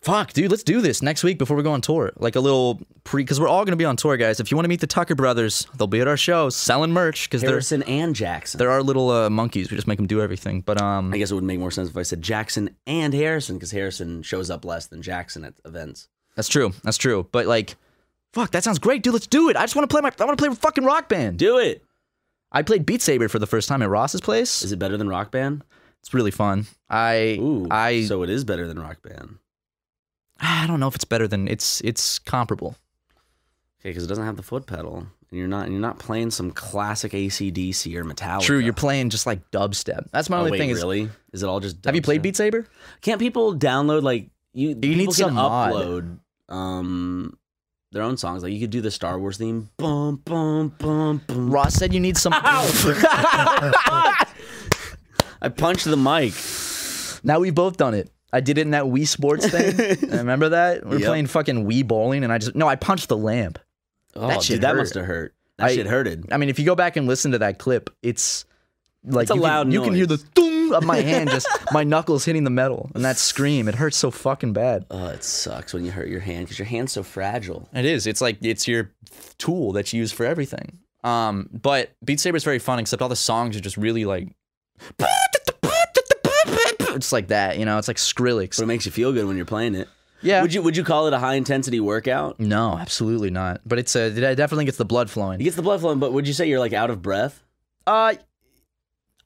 Speaker 3: Fuck, dude, let's do this next week before we go on tour. Like a little pre, because we're all gonna be on tour, guys. If you want to meet the Tucker brothers, they'll be at our show selling merch because they're
Speaker 2: Harrison and Jackson.
Speaker 3: they're our little uh, monkeys. We just make them do everything. But um,
Speaker 2: I guess it would make more sense if I said Jackson and Harrison because Harrison shows up less than Jackson at events.
Speaker 3: that's true, that's true. But like, fuck, that sounds great, dude. Let's do it. I just want to play my, I want to play fucking rock band.
Speaker 2: Do it.
Speaker 3: I played Beat Saber for the first time at Ross's place.
Speaker 2: Is it better than Rock Band?
Speaker 3: It's really fun. I
Speaker 2: Ooh,
Speaker 3: I
Speaker 2: so it is better than Rock Band.
Speaker 3: I don't know if it's better than it's it's comparable.
Speaker 2: Okay, because it doesn't have the foot pedal, and you're not you're not playing some classic ACDC or Metallica.
Speaker 3: True, you're playing just like dubstep. That's my
Speaker 2: Oh,
Speaker 3: only
Speaker 2: wait,
Speaker 3: thing. Is
Speaker 2: really? Is it all just?
Speaker 3: have you played
Speaker 2: dubstep?
Speaker 3: Beat Saber?
Speaker 2: Can't people download like you? You
Speaker 3: need some
Speaker 2: can
Speaker 3: mod.
Speaker 2: upload um their own songs. Like you could do the Star Wars theme. Bum bum bum bum.
Speaker 3: Ross said you need some.
Speaker 2: I punched the mic.
Speaker 3: Now we've both done it. I did it in that Wii Sports thing. Remember that? We were
Speaker 2: Yep.
Speaker 3: playing fucking Wii bowling, and I just no, I punched the lamp.
Speaker 2: Oh,
Speaker 3: That shit
Speaker 2: dude, that
Speaker 3: hurt.
Speaker 2: must have hurt. That
Speaker 3: I-
Speaker 2: shit hurted.
Speaker 3: I mean, if you go back and listen to that clip, it's like
Speaker 2: It's a
Speaker 3: you,
Speaker 2: loud
Speaker 3: can, you can hear the
Speaker 2: noise.
Speaker 3: thung, of my hand just my knuckles hitting the metal and that scream. It hurts so fucking bad.
Speaker 2: Oh, it sucks when you hurt your hand because your hand's so fragile.
Speaker 3: It is. It's like it's your tool that you use for everything. Um, but Beat Saber is very fun, except all the songs are just really like it's like that, you know. It's like
Speaker 2: But
Speaker 3: Skrillex.
Speaker 2: it makes you feel good when you're playing it.
Speaker 3: Yeah.
Speaker 2: Would you would you call it a high intensity workout?
Speaker 3: no, absolutely not. But it's a, it definitely gets the blood
Speaker 2: It
Speaker 3: flowing.
Speaker 2: gets the blood flowing, but would you say you're like out of breath?
Speaker 3: Uh,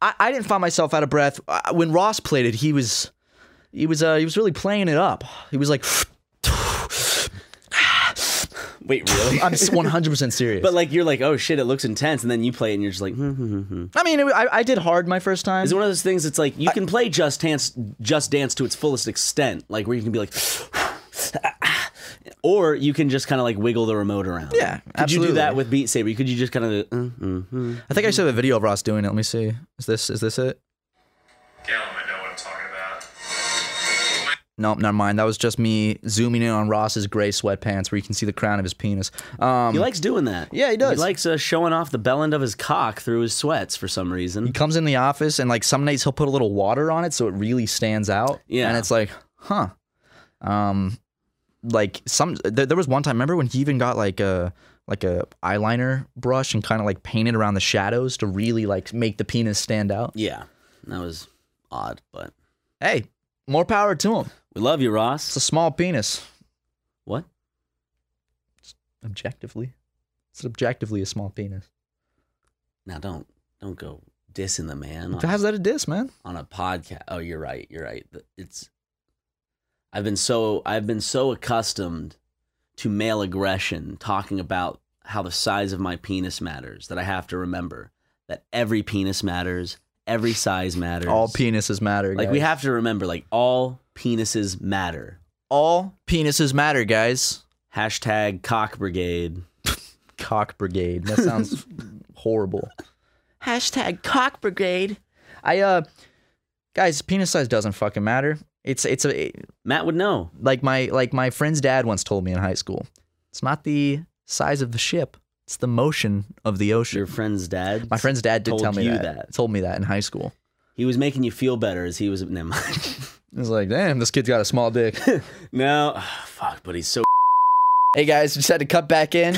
Speaker 3: I, I didn't find myself out of breath Uh, when Ross played it. He was, he was, uh, he was really playing it up. He was like,
Speaker 2: Wait, really?
Speaker 3: I'm 100 percent serious.
Speaker 2: but like you're like, oh shit, it looks intense, and then you play it and you're just like, hmm, hmm, hmm, hmm.
Speaker 3: I mean, it, I, I did hard my first time.
Speaker 2: It's one of those things that's like you can play Just Dance, Just Dance to its fullest extent, like where you can be like, or you can just kind of like wiggle the remote around.
Speaker 3: Yeah,
Speaker 2: could you
Speaker 3: absolutely.
Speaker 2: do that with Beat Saber? Could you just kind of? Mm, mm, mm.
Speaker 3: I think I should have a video of Ross doing it. Let me see. Is this is this it?
Speaker 5: Gail might know what I'm talking about.
Speaker 3: Nope, never mind. That was just me zooming in on Ross's gray sweatpants, where you can see the crown of his penis. Um,
Speaker 2: He likes doing that.
Speaker 3: Yeah, he does.
Speaker 2: He likes uh, showing off the bell end of his cock through his sweats for some reason.
Speaker 3: he comes in the office, and like some nights he'll put a little water on it, so it really stands out.
Speaker 2: Yeah.
Speaker 3: and it's like, huh. Um, like some there, there was one time. Remember when he even got like a like a eyeliner brush and kind of like painted around the shadows to really like make the penis stand out.
Speaker 2: Yeah, that was odd, but
Speaker 3: Hey, more power to him.
Speaker 2: we love you, Ross.
Speaker 3: It's a small penis.
Speaker 2: What?
Speaker 3: objectively. It's objectively a small penis.
Speaker 2: Now don't don't go dissing the man on,
Speaker 3: How's that a diss, man?
Speaker 2: on a podcast. Oh, you're right. You're right. Th- It's I've been so I've been so accustomed to male aggression talking about how the size of my penis matters that I have to remember that every penis matters, every size matters.
Speaker 3: All penises matter.
Speaker 2: Like
Speaker 3: guys.
Speaker 2: we have to remember like all penises matter.
Speaker 3: all penises matter, guys.
Speaker 2: Hashtag cock brigade.
Speaker 3: Cock brigade. That sounds horrible. Hashtag cock brigade. I uh, guys, penis size doesn't fucking matter. It's it's a
Speaker 2: Matt would know.
Speaker 3: like my like my friend's dad once told me in high school. It's not the size of the ship. It's the motion of the ocean.
Speaker 2: Your friend's dad.
Speaker 3: my friend's dad did
Speaker 2: told
Speaker 3: tell me
Speaker 2: you
Speaker 3: that.
Speaker 2: that.
Speaker 3: Told me that in high school.
Speaker 2: He was making you feel better as he was. Never mind.
Speaker 3: It was like, damn, this kid's got a small dick.
Speaker 2: No, Ah, fuck, but he's so.
Speaker 3: Hey guys, just had to cut back in.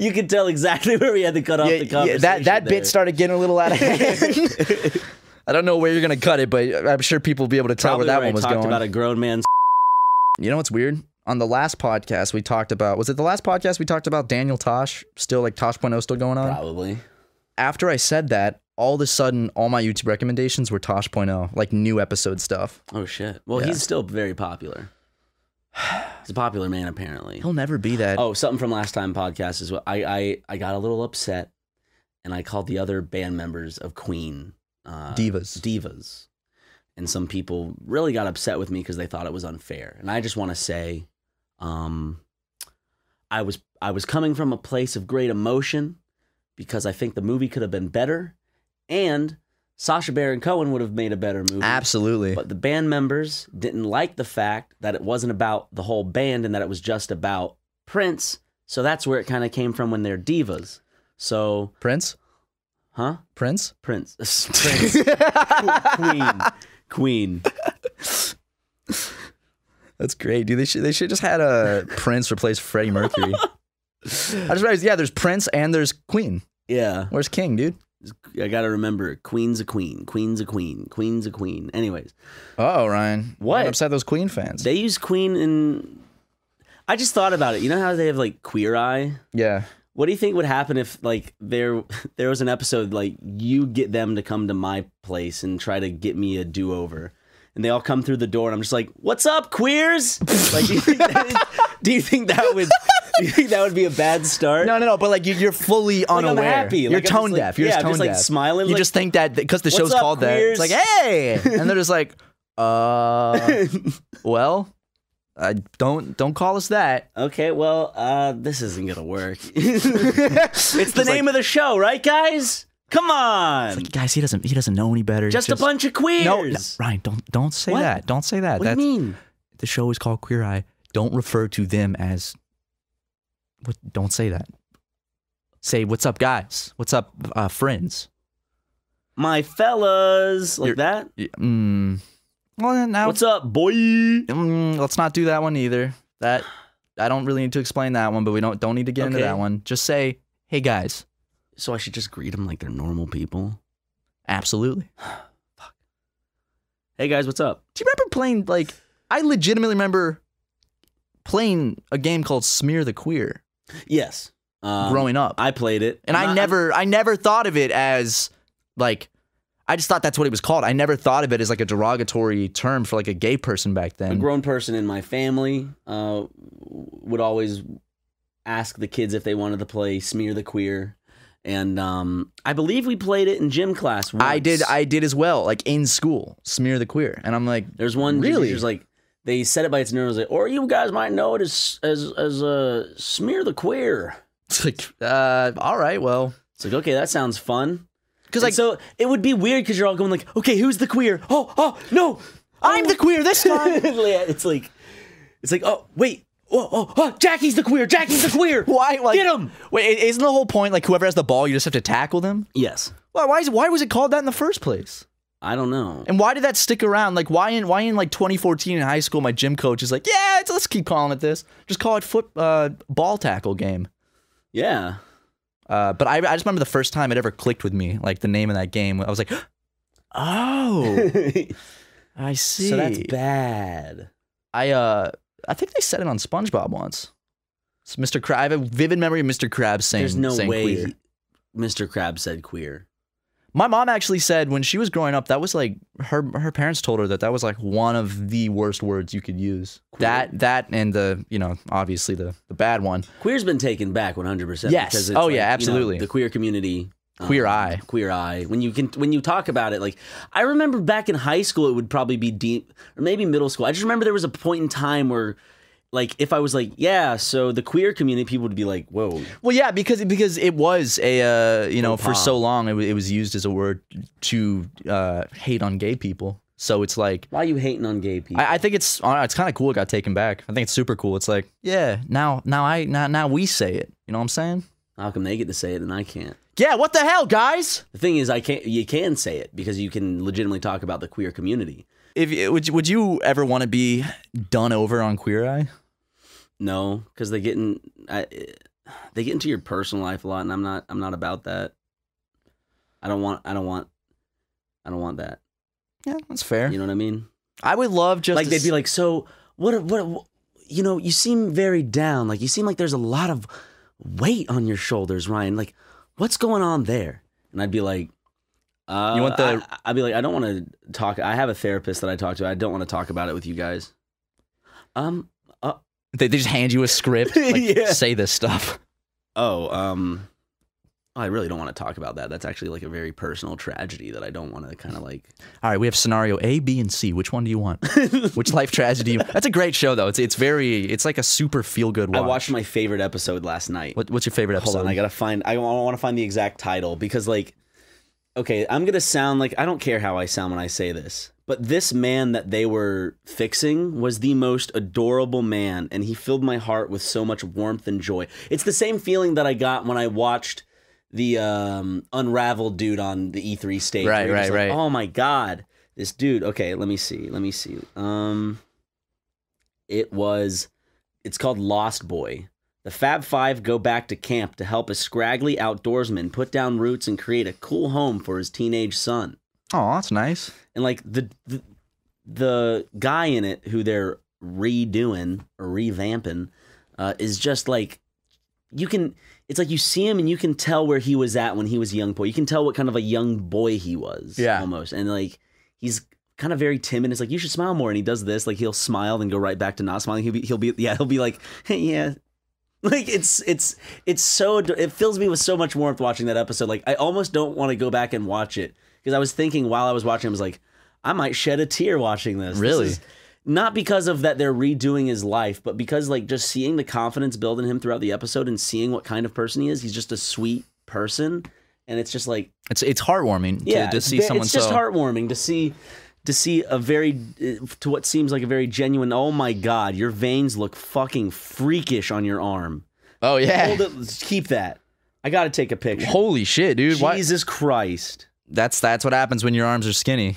Speaker 2: you could tell exactly where we had to cut off the conversation.
Speaker 3: that that
Speaker 2: there.
Speaker 3: bit started getting a little out of hand. I don't know where you're gonna cut it, but I'm sure people will be able to tell
Speaker 2: Probably
Speaker 3: where that
Speaker 2: where
Speaker 3: one was
Speaker 2: I talked
Speaker 3: going.
Speaker 2: about a grown man's.
Speaker 3: You know what's weird? On the last podcast we talked about was it the last podcast we talked about Daniel Tosh still like Tosh.0 still going on?
Speaker 2: Probably.
Speaker 3: After I said that, all of a sudden all my YouTube recommendations were Tosh.0, like new episode stuff.
Speaker 2: Oh shit. Well,
Speaker 3: Yeah.
Speaker 2: he's still very popular. He's a popular man, apparently.
Speaker 3: He'll never be that.
Speaker 2: Oh, something from last time podcast as well. I I, I got a little upset, and I called the other band members of Queen uh,
Speaker 3: divas.
Speaker 2: divas. And some people really got upset with me because they thought it was unfair. And I just want to say, um, I was I was coming from a place of great emotion because I think the movie could have been better, and Sasha Baron Cohen would have made a better movie.
Speaker 3: Absolutely.
Speaker 2: But the band members didn't like the fact that it wasn't about the whole band and that it was just about Prince. So that's where it kind of came from when they're divas. So,
Speaker 3: Prince?
Speaker 2: huh?
Speaker 3: Prince?
Speaker 2: Prince. Prince. Queen. Queen.
Speaker 3: That's great, dude. They should they should just had a Prince replace Freddie Mercury. I just realized, yeah, there's Prince and there's Queen.
Speaker 2: Yeah.
Speaker 3: Where's King, dude?
Speaker 2: I got to remember Queen's a queen. Queen's a queen. Queen's a queen. Anyways,
Speaker 3: Oh, Ryan.
Speaker 2: What?
Speaker 3: You're gonna upset those Queen fans?
Speaker 2: they use Queen in. I just thought about it. You know how they have like queer eye?
Speaker 3: yeah.
Speaker 2: What do you think would happen if like there there was an episode like you get them to come to my place and try to get me a do over, and they all come through the door and I'm just like, "What's up, queers?" like, do you think that, do you think that would do you think that would be a bad start?
Speaker 3: No, no, no. But like you, you're fully
Speaker 2: I'm
Speaker 3: unaware.
Speaker 2: happy.
Speaker 3: You're
Speaker 2: Like, I'm
Speaker 3: tone
Speaker 2: just, like-
Speaker 3: deaf. You're
Speaker 2: yeah,
Speaker 3: just
Speaker 2: I'm
Speaker 3: tone
Speaker 2: just, like,
Speaker 3: deaf.
Speaker 2: smiling,
Speaker 3: You
Speaker 2: like,
Speaker 3: just think that because the
Speaker 2: "What's
Speaker 3: show's
Speaker 2: up,
Speaker 3: called
Speaker 2: queers?"
Speaker 3: that. It's like, hey, and they're just like, uh, well, I don't don't call us that.
Speaker 2: Okay, well, uh, this isn't gonna work. it's the name of the show, right, guys? Come on,
Speaker 3: Guys, he doesn't he doesn't know any better.
Speaker 2: just, a bunch of queers.
Speaker 3: No, no, Ryan, don't don't say
Speaker 2: What?
Speaker 3: that. Don't say that.
Speaker 2: What
Speaker 3: That's
Speaker 2: do you mean?
Speaker 3: the show is called Queer Eye. Don't refer to them as. What? Don't say that. Say what's up, guys. What's up, uh, friends.
Speaker 2: my fellas, like
Speaker 3: You're-
Speaker 2: that.
Speaker 3: Yeah, mm. Well, then now
Speaker 2: What's up, boy?
Speaker 3: Mm, let's not do that one either. That I don't really need to explain that one, but we don't don't need to get into
Speaker 2: Okay.
Speaker 3: that one. Just say, "Hey guys."
Speaker 2: So I should just greet them like they're normal people.
Speaker 3: Absolutely.
Speaker 2: Hey guys, what's up?
Speaker 3: Do you remember playing like I legitimately remember playing a game called Smear the Queer
Speaker 2: Yes. Um,
Speaker 3: growing up.
Speaker 2: I played it,
Speaker 3: and I
Speaker 2: Not-
Speaker 3: never I never thought of it as like I just thought that's what it was called. I never thought of it as like a derogatory term for like a gay person back
Speaker 2: a
Speaker 3: then.
Speaker 2: grown person in my family uh, would always ask the kids if they wanted to play smear the queer and um, i believe we played it in gym class once.
Speaker 3: I did I did as well, like in school, Smear the Queer. And I'm like,
Speaker 2: there's one
Speaker 3: Really?
Speaker 2: there's like they said it by its name it was like, or you guys might know it as as as uh, smear the queer
Speaker 3: it's like uh all right, well,
Speaker 2: it's like okay that sounds fun
Speaker 3: cuz
Speaker 2: And
Speaker 3: like
Speaker 2: so it would be weird because you're all going like okay who's the queer oh oh no
Speaker 3: I'm the queer this time.
Speaker 2: Yeah, it's like it's like oh wait oh, oh, oh jackie's the queer jackie's the queer
Speaker 3: Why? Like,
Speaker 2: Get 'em!
Speaker 3: Wait, i- isn't the whole point like whoever has the ball, you just have to tackle them?
Speaker 2: yes
Speaker 3: Why? Why, is, why was it called that in the first place?
Speaker 2: i don't know
Speaker 3: And why did that stick around? Like, why in why in like 2014 in high school, my gym coach is like, yeah, it's, let's keep calling it this. Just call it foot uh, ball tackle game.
Speaker 2: Yeah.
Speaker 3: Uh, but I, I just remember the first time it ever clicked with me, like the name of that game. I was like, oh,
Speaker 2: so
Speaker 3: I see.
Speaker 2: that's bad.
Speaker 3: I uh, I think they said it on SpongeBob once. It's Mr. Krab. I have a vivid memory of Mr. Krabs saying,
Speaker 2: There's no
Speaker 3: saying
Speaker 2: way
Speaker 3: queer.
Speaker 2: he- Mr. Crab said queer.
Speaker 3: My mom actually said when she was growing up, that was like her her parents told her that that was like one of the worst words you could use. That that and the you know obviously the the bad one.
Speaker 2: Queer's been taken back 100%.
Speaker 3: Yes.
Speaker 2: Because it's
Speaker 3: Oh,
Speaker 2: like,
Speaker 3: yeah,
Speaker 2: you know,
Speaker 3: absolutely.
Speaker 2: the queer community. um,
Speaker 3: Queer eye.
Speaker 2: Queer eye. When you can, when you talk about it, like I remember back in high school, it would probably be deep, or maybe middle school. I just remember there was a point in time where, like, if I was like, yeah, so the queer community, people would be like, whoa,
Speaker 3: Well, yeah, because because it was a uh, you know for
Speaker 2: Faux pas.
Speaker 3: so long it, wa- it was used as a word to uh, hate on gay people. So it's like
Speaker 2: why you hating on gay people?
Speaker 3: I, I think it's uh, it's kind of cool. It got taken back. I think it's super cool. It's like yeah, now now I now now we say it. You know what I'm saying?
Speaker 2: How come they get to say it and I can't?
Speaker 3: Yeah. What the hell, guys?
Speaker 2: The thing is, I can't. You can say it because you can legitimately talk about the queer community.
Speaker 3: If would you- would you ever want to be done over on Queer Eye?
Speaker 2: No, because they get in. I, they get into your personal life a lot, and I'm not. I'm not about that. I don't want. I don't want. I don't want that.
Speaker 3: Yeah, that's fair.
Speaker 2: You know what I mean?
Speaker 3: I would love just
Speaker 2: like
Speaker 3: to
Speaker 2: they'd be
Speaker 3: s-
Speaker 2: like, so what? What? You know, you seem very down. Like you seem like there's a lot of weight on your shoulders, Ryan. Like, what's going on there? And I'd be like, uh,
Speaker 3: want the-
Speaker 2: I, I'd be like, I don't want to talk. I have a therapist that I talk to. I don't want to talk about it with you guys. Um.
Speaker 3: they, they just hand you a script, like
Speaker 2: Yeah.
Speaker 3: say this stuff.
Speaker 2: Oh, um, I really don't want to talk about that. That's actually like a very personal tragedy that I don't want to kind of like.
Speaker 3: All right, we have scenario A, B, and C. Which one do you want? Which life tragedy? That's a great show though. It's it's very it's like a super feel good
Speaker 2: I
Speaker 3: watch.
Speaker 2: watched my favorite episode last night.
Speaker 3: What, what's your favorite episode?
Speaker 2: Hold on, I gotta find. I want to find the exact title because, like, okay, I'm gonna sound like I don't care how I sound when I say this, but this man that they were fixing was the most adorable man, and he filled my heart with so much warmth and joy. It's the same feeling that I got when I watched the um, Unraveled dude on the E3 stage. where
Speaker 3: Right,
Speaker 2: you're just
Speaker 3: right,
Speaker 2: like,
Speaker 3: right.
Speaker 2: Oh my god, this dude. Okay, let me see. Let me see. Um, it was. It's called Lost Boy. The Fab Five go back to camp to help a scraggly outdoorsman put down roots and create a cool home for his teenage son.
Speaker 3: oh, that's nice.
Speaker 2: And like the the, the guy in it who they're redoing or revamping uh, is just like you can. It's like you see him and you can tell where he was at when he was a young boy. You can tell what kind of a young boy he was.
Speaker 3: Yeah.
Speaker 2: almost. And like he's kind of very timid. It's like you should smile more. And he does this. Like he'll smile then go right back to not smiling. He'll be. He'll be. Yeah. He'll be like, hey, yeah. Like it's it's it's so ad- it fills me with so much warmth watching that episode. Like I almost don't want to go back and watch it because I was thinking while I was watching, I was like, I might shed a tear watching this. This
Speaker 3: Really?
Speaker 2: is- not because of that they're redoing his life, but because like just seeing the confidence build in him throughout the episode and seeing what kind of person he is. He's just a sweet person, and it's just like
Speaker 3: It's it's heartwarming to,
Speaker 2: yeah,
Speaker 3: to
Speaker 2: it's
Speaker 3: see
Speaker 2: ve-
Speaker 3: someone
Speaker 2: It's just
Speaker 3: so
Speaker 2: heartwarming to see to see a very uh, to what seems like a very genuine. Oh my god, your veins look fucking freakish on your arm.
Speaker 3: Oh yeah.
Speaker 2: Hold it, keep that. I got to take a picture.
Speaker 3: Holy shit, dude. Why
Speaker 2: Jesus Christ.
Speaker 3: that's that's what happens when your arms are skinny.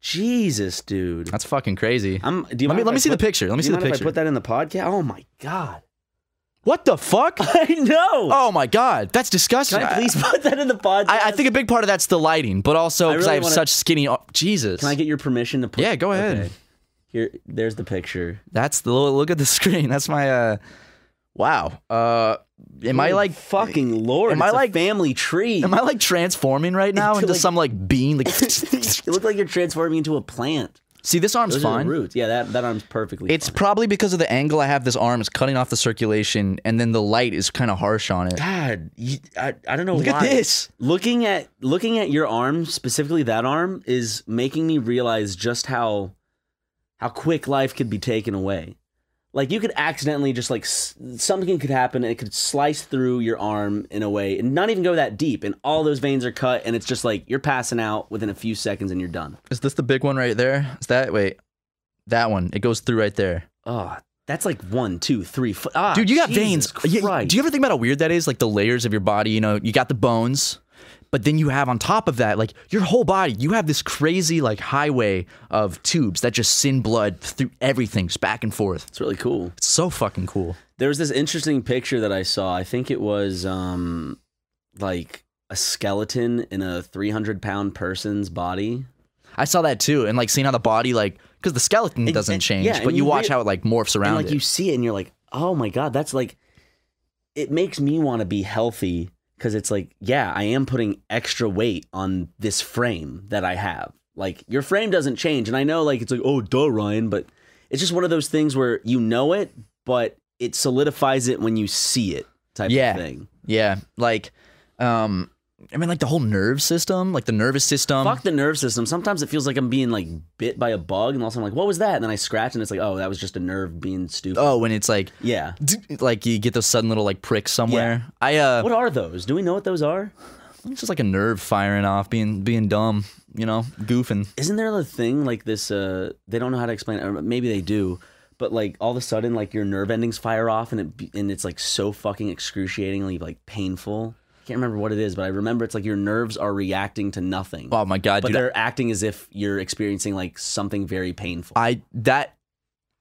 Speaker 2: Jesus, dude.
Speaker 3: That's fucking crazy.
Speaker 2: I'm, Uh, do you mind
Speaker 3: let me
Speaker 2: if
Speaker 3: let
Speaker 2: I
Speaker 3: me see the
Speaker 2: put-
Speaker 3: picture. Let me
Speaker 2: do
Speaker 3: see
Speaker 2: you
Speaker 3: the
Speaker 2: mind if
Speaker 3: picture.
Speaker 2: I put that in the podcast. Oh my god.
Speaker 3: What the fuck?
Speaker 2: I know.
Speaker 3: Oh my god, that's disgusting.
Speaker 2: Can I please put that in the podcast?
Speaker 3: I, I think a big part of that's the lighting, but also
Speaker 2: I
Speaker 3: because I,
Speaker 2: really
Speaker 3: have
Speaker 2: wanna-
Speaker 3: such skinny. ar- Jesus.
Speaker 2: Can I get your permission to put?
Speaker 3: Yeah, go ahead.
Speaker 2: Here, there's the picture.
Speaker 3: That's the look at the screen. That's my. uh Wow. Uh, am I
Speaker 2: Oh,
Speaker 3: like
Speaker 2: fucking lord?
Speaker 3: am
Speaker 2: it's
Speaker 3: I
Speaker 2: a
Speaker 3: like-
Speaker 2: family tree?
Speaker 3: Am I like transforming right now
Speaker 2: Into,
Speaker 3: into
Speaker 2: like-
Speaker 3: some like bean? Like,
Speaker 2: you look like you're transforming into a plant.
Speaker 3: see, this arm's
Speaker 2: Those are
Speaker 3: fine.
Speaker 2: the roots. Yeah, that, that arm's perfectly.
Speaker 3: It's
Speaker 2: fine.
Speaker 3: probably because of the angle I have this arm is cutting off the circulation, and then the light is kind of harsh on it.
Speaker 2: God, you, I, I don't know
Speaker 3: Look at
Speaker 2: why.
Speaker 3: this.
Speaker 2: Looking at looking at your arm, specifically that arm, is making me realize just how how quick life could be taken away. Like you could accidentally just like s- something could happen and it could slice through your arm in a way and not even go that deep and all those veins are cut and it's just like you're passing out within a few seconds and you're done.
Speaker 3: Is this the big one right there? Is that wait? That one. It goes through right there.
Speaker 2: Oh, that's like one, two, three. Four. Ah,
Speaker 3: Dude, you got
Speaker 2: Jesus
Speaker 3: veins. You-
Speaker 2: Christ.
Speaker 3: do you ever think about how weird that is? Like the layers of your body, you know, you got the bones, but then you have on top of that, like your whole body, you have this crazy like highway of tubes that just send blood through everything, just back and forth.
Speaker 2: it's really cool.
Speaker 3: It's so fucking cool.
Speaker 2: There was this interesting picture that I saw. I think it was um like a skeleton in a 300 pound person's body.
Speaker 3: I saw that too, and like seeing how the body, like, because the skeleton
Speaker 2: And-
Speaker 3: doesn't
Speaker 2: and-
Speaker 3: change,
Speaker 2: yeah,
Speaker 3: but
Speaker 2: and you
Speaker 3: you watch
Speaker 2: rea-
Speaker 3: how it like morphs around
Speaker 2: and like
Speaker 3: it.
Speaker 2: you see it and you're like, "Oh my god, that's like it makes me want to be healthy cuz it's like, yeah, I am putting extra weight on this frame that I have. Like your frame doesn't change and I know like it's like, "Oh, duh, Ryan," but it's just one of those things where you know it, but it solidifies it when you see it type
Speaker 3: Yeah.
Speaker 2: of thing.
Speaker 3: yeah, like, um, I mean, like the whole nerve system, like the nervous system.
Speaker 2: Fuck the nerve system. Sometimes it feels like I'm being like bit by a bug, and also I'm like, what was that? And then I scratch, and it's like, oh, that was just a nerve being stupid.
Speaker 3: Oh, when it's like,
Speaker 2: yeah.
Speaker 3: like you get those sudden little like pricks somewhere. I uh,
Speaker 2: What are those? Do we know what those are?
Speaker 3: It's just like a nerve firing off, being being dumb, you know, goofing.
Speaker 2: Isn't there a thing like this? Uh, they don't know how to explain it, or maybe they do, but like all of a sudden, like your nerve endings fire off, and it be- and it's like so fucking excruciatingly like painful. I can't remember what it is, but I remember it's like your nerves are reacting to nothing,
Speaker 3: Oh my god,
Speaker 2: but
Speaker 3: dude!
Speaker 2: they're acting as if you're experiencing like something very painful.
Speaker 3: I that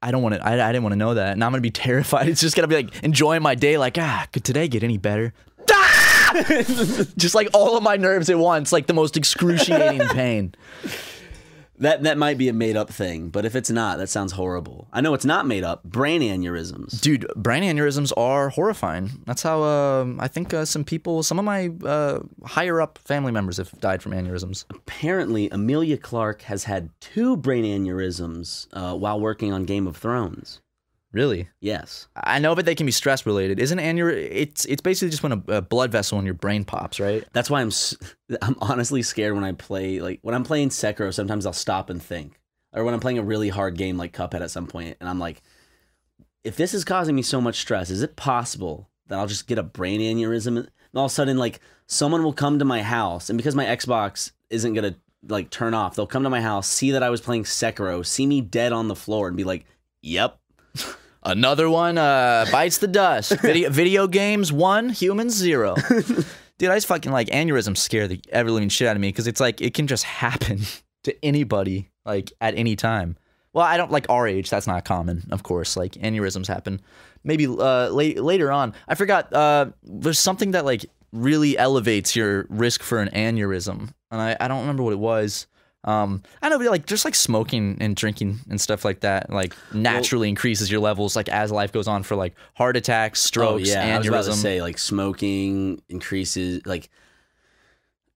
Speaker 3: I don't want to. I, I didn't want to know that, and I'm gonna be terrified. It's just gonna be like enjoying my day. Like ah, could today get any better? Ah! just like all of my nerves at once, like the most excruciating pain.
Speaker 2: That that might be a made up thing, but if it's not, that sounds horrible. I know it's not made up. Brain aneurysms.
Speaker 3: Dude, brain aneurysms are horrifying. That's how um, I think uh, some people, some of my uh, higher up family members, have died from aneurysms.
Speaker 2: Apparently, Amelia Clark has had two brain aneurysms uh, while working on Game of Thrones.
Speaker 3: Really?
Speaker 2: Yes,
Speaker 3: I know, but they can be stress related. Isn't aneurysm? It's it's basically just when a, a blood vessel in your brain pops, right?
Speaker 2: that's why I'm s- I'm honestly scared when I play like when I'm playing Sekiro. Sometimes I'll stop and think, or when I'm playing a really hard game like Cuphead at some point, and I'm like, if this is causing me so much stress, is it possible that I'll just get a brain aneurysm? And all of a sudden, like someone will come to my house, and because my Xbox isn't gonna like turn off, they'll come to my house, see that I was playing Sekiro, see me dead on the floor, and be like, "Yep,
Speaker 3: Another one uh, bites the dust. Video, video games one, humans zero. Dude, I just fucking like aneurysms scare the ever living shit out of me because it's like it can just happen to anybody like at any time. Well, I don't like our age. That's not common, of course. Like aneurysms happen. Maybe uh, late, later on. I forgot. Uh, there's something that like really elevates your risk for an aneurysm, and I, I don't remember what it was. Um, I know, but like just like smoking and drinking and stuff like that, like naturally increases your levels like as life goes on for like heart attacks, strokes,
Speaker 2: Oh, yeah." I was about to
Speaker 3: aneurysm.
Speaker 2: say like smoking increases like.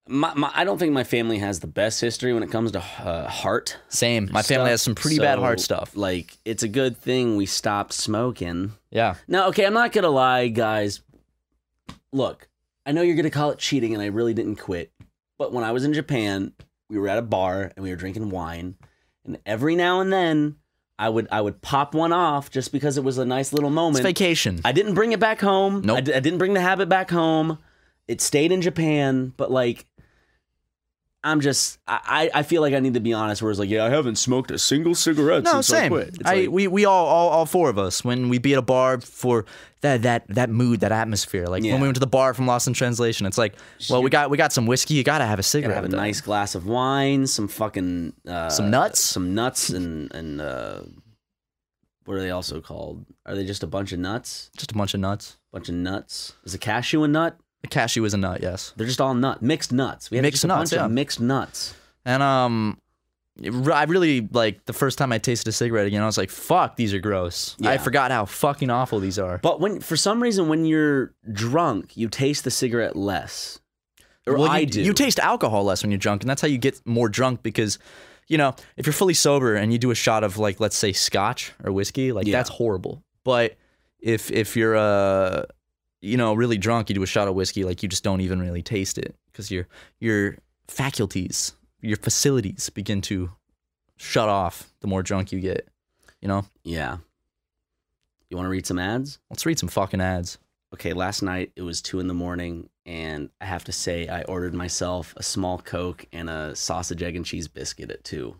Speaker 2: My, my, I don't think my family has the best history when it comes to uh, heart.
Speaker 3: Same. My family
Speaker 2: stuff,
Speaker 3: has some pretty bad heart
Speaker 2: so,
Speaker 3: stuff.
Speaker 2: Like it's a good thing we stopped smoking.
Speaker 3: Yeah.
Speaker 2: Now, okay, I'm not gonna lie, guys. Look, I know you're gonna call it cheating, and I really didn't quit. But when I was in Japan, we were at a bar and we were drinking wine, and every now and then, I would I would pop one off just because it was a nice little
Speaker 3: It's
Speaker 2: moment.
Speaker 3: vacation.
Speaker 2: I didn't bring it back home.
Speaker 3: Nope.
Speaker 2: I d- I didn't bring the habit back home. It stayed in Japan, but like, I'm just I, I I feel like I need to be honest. Where it's like, yeah, I haven't smoked a single cigarette
Speaker 3: No,
Speaker 2: since I
Speaker 3: same.
Speaker 2: quit. It's
Speaker 3: I,
Speaker 2: like,
Speaker 3: we we all, all all four of us when we be at a bar for that that that mood, that atmosphere. Like
Speaker 2: Yeah.
Speaker 3: when we went to the bar from Lost in Translation, it's like, well, we got we got some whiskey. You gotta have a cigarette.
Speaker 2: gotta have a
Speaker 3: with that.
Speaker 2: nice glass of wine, some fucking uh,
Speaker 3: Some nuts?
Speaker 2: some nuts, and and uh, what are they also called? Are they just a bunch of nuts?
Speaker 3: just a bunch of nuts.
Speaker 2: Bunch of nuts. Is a cashew a nut?
Speaker 3: A cashew is a nut, yes.
Speaker 2: They're just all nut mixed nuts. We have
Speaker 3: Mixed
Speaker 2: just a
Speaker 3: nuts,
Speaker 2: bunch of
Speaker 3: yeah.
Speaker 2: mixed nuts.
Speaker 3: And um, it re- I really like the first time I tasted a cigarette again. I was like, fuck, these are gross. I
Speaker 2: Yeah.
Speaker 3: forgot how fucking awful these are.
Speaker 2: But when for some reason when you're drunk, you taste the cigarette less. Or
Speaker 3: Well, you,
Speaker 2: I do.
Speaker 3: You taste alcohol less when you're drunk, and that's how you get more drunk because, you know, if you're fully sober and you do a shot of like let's say scotch or whiskey, like
Speaker 2: Yeah.
Speaker 3: that's horrible. But if if you're uh, you know, really drunk, you do a shot of whiskey, like you just don't even really taste it because your your faculties, your facilities begin to shut off the more drunk you get. You know,
Speaker 2: yeah. You want to read some ads?
Speaker 3: let's read some fucking ads.
Speaker 2: okay, last night it was two in the morning, and I have to say I ordered myself a small Coke and a sausage, egg, and cheese biscuit at two.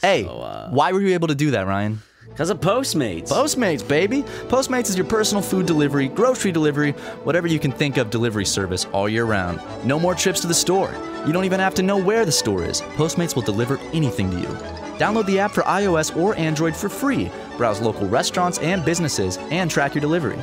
Speaker 3: Hey,
Speaker 2: So, uh,
Speaker 3: why were you able to do that, Ryan?
Speaker 2: Because of Postmates.
Speaker 3: Postmates, baby. Postmates is your personal food delivery, grocery delivery, whatever you can think of delivery service all year round. No more trips to the store. You don't even have to know where the store is. Postmates will deliver anything to you. Download the app for iOS or Android for free. Browse local restaurants and businesses and track your delivery.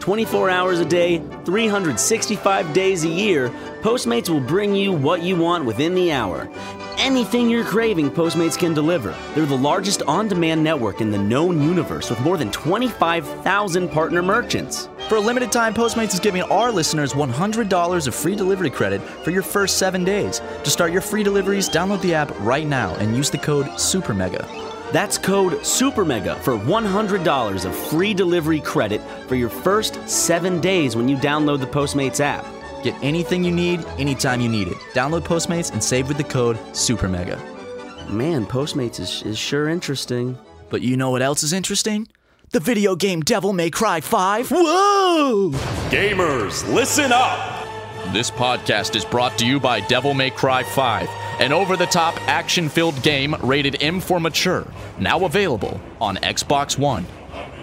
Speaker 2: 24 hours a day, 365 days a year, Postmates will bring you what you want within the hour. Anything you're craving, Postmates can deliver. They're the largest on demand network in the known universe with more than 25,000 partner merchants.
Speaker 3: For a limited time, Postmates is giving our listeners $100 of free delivery credit for your first seven days. To start your free deliveries, download the app right now and use the code SUPERMEGA.
Speaker 2: That's code SUPERMEGA for $100 of free delivery credit for your first seven days when you download the Postmates app.
Speaker 3: Get anything you need, anytime you need it. Download Postmates and save with the code SUPERMEGA.
Speaker 2: Man, Postmates is, is sure interesting.
Speaker 3: But you know what else is interesting? The video game Devil May Cry 5. Whoa!
Speaker 6: Gamers, listen up!
Speaker 7: This podcast is brought to you by Devil May Cry 5, an over the top action filled game rated M for Mature, now available on Xbox One.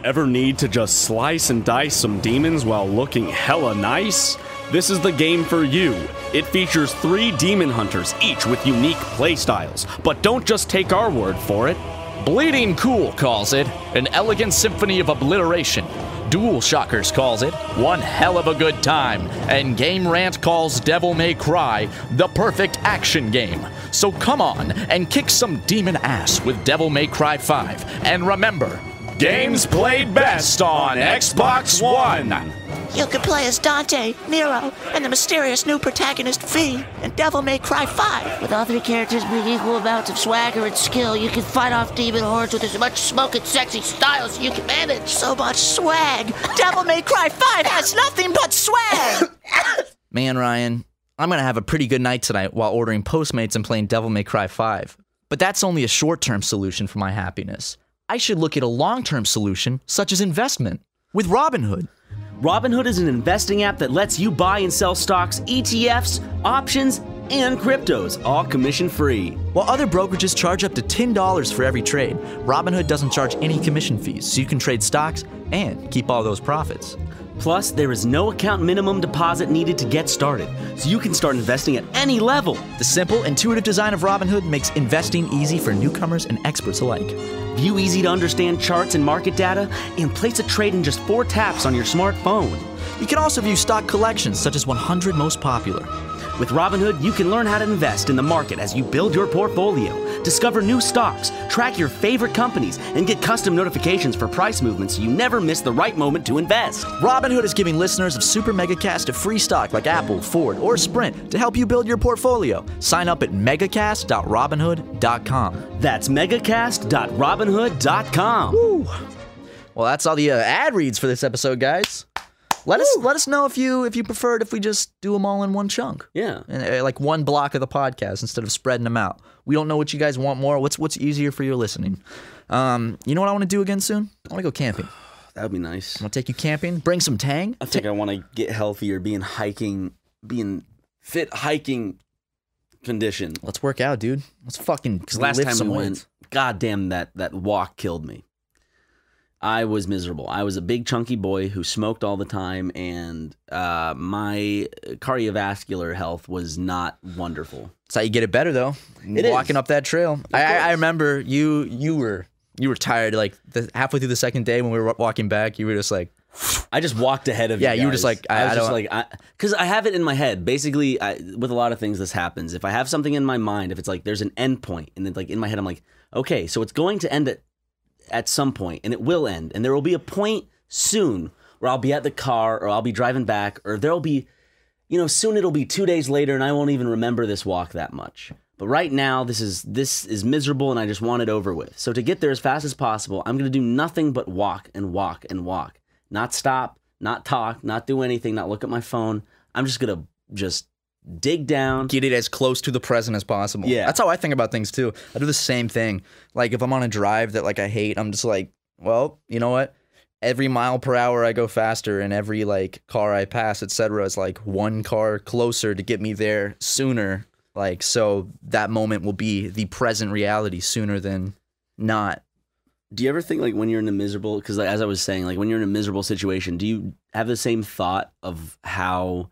Speaker 6: Ever need to just slice and dice some demons while looking hella nice? This is the game for you. It features three demon hunters, each with unique playstyles. But don't just take our word for it.
Speaker 7: Bleeding Cool calls it an elegant symphony of obliteration. Dual Shockers calls it one hell of a good time. And Game Rant calls Devil May Cry the perfect action game. So come on and kick some demon ass with Devil May Cry 5. And remember,
Speaker 6: Games played best on Xbox One.
Speaker 8: You can play as Dante, Nero, and the mysterious new protagonist V in Devil May Cry 5.
Speaker 9: With all three characters being equal amounts of swagger and skill, you can fight off demon hordes with as much smoke and sexy style as you can manage.
Speaker 8: So much swag. Devil May Cry 5 has nothing but swag.
Speaker 3: Man, Ryan, I'm gonna have a pretty good night tonight while ordering Postmates and playing Devil May Cry 5. But that's only a short term solution for my happiness. I should look at a long term solution, such as investment, with Robinhood.
Speaker 2: Robinhood is an investing app that lets you buy and sell stocks, ETFs, options, and cryptos, all commission free.
Speaker 3: While other brokerages charge up to $10 for every trade, Robinhood doesn't charge any commission fees, so you can trade stocks and keep all those profits.
Speaker 2: Plus, there is no account minimum deposit needed to get started, so you can start investing at any level.
Speaker 3: The simple, intuitive design of Robinhood makes investing easy for newcomers and experts alike.
Speaker 2: View easy to understand charts and market data, and place a trade in just four taps on your smartphone.
Speaker 3: You can also view stock collections such as 100 most popular.
Speaker 2: With Robinhood, you can learn how to invest in the market as you build your portfolio, discover new stocks, track your favorite companies, and get custom notifications for price movements so you never miss the right moment to invest.
Speaker 3: Robinhood is giving listeners of Super Megacast a free stock like Apple, Ford, or Sprint to help you build your portfolio. Sign up at megacast.robinhood.com.
Speaker 2: That's megacast.robinhood.com.
Speaker 3: Well, that's all the uh, ad reads for this episode, guys. Let us let us know if you if you preferred if we just do them all in one chunk.
Speaker 2: Yeah.
Speaker 3: And, uh, like one block of the podcast instead of spreading them out. We don't know what you guys want more. What's what's easier for your listening? Um, you know what I want to do again soon? I want to go camping. I
Speaker 2: That would be nice.
Speaker 3: want to take you camping. Bring some tang.
Speaker 2: I think I want to get healthier, being hiking, being fit hiking, condition.
Speaker 3: Let's work out, dude. Let's fucking
Speaker 2: Because last
Speaker 3: lift
Speaker 2: time
Speaker 3: some
Speaker 2: we
Speaker 3: weights.
Speaker 2: went, goddamn that that walk killed me. I was miserable. I was a big chunky boy who smoked all the time, and uh, my cardiovascular health was not wonderful.
Speaker 3: That's how you get it better, though.
Speaker 2: is.
Speaker 3: Walking up that trail. I, I I remember you you were you were tired like the, halfway through the second day when we were walking back. You were just like,
Speaker 2: I just walked ahead of
Speaker 3: Yeah,
Speaker 2: you.
Speaker 3: you were just
Speaker 2: guys.
Speaker 3: like, I-
Speaker 2: was
Speaker 3: I
Speaker 2: just
Speaker 3: don't-
Speaker 2: like, because I, have it in my head. Basically, I, with a lot of things, this happens. If I have something in my mind, if it's like there's an end point, and then like in my head, I'm like, okay, so it's going to end at at some point, and it will end, and there will be a point soon where I'll be at the car, or I'll be driving back, or there'll be, you know, soon it'll be two days later, and I won't even remember this walk that much. But right now, this is this is miserable, and I just want it over with. So to get there as fast as possible, I'm going to do nothing but walk and walk and walk, not stop, not talk, not do anything, not look at my phone. I'm just going to just dig down.
Speaker 3: get it as close to the present as possible.
Speaker 2: Yeah.
Speaker 3: That's how I think about things too. I do the same thing. Like if I'm on a drive that like I hate, I'm just like, well, you know what? Every mile per hour I go faster and every like car I pass, etc. is like one car closer to get me there sooner. Like so that moment will be the present reality sooner than not.
Speaker 2: Do you ever think like when you're in a miserable? Because like, as I was saying, like when you're in a miserable situation, do you have the same thought of how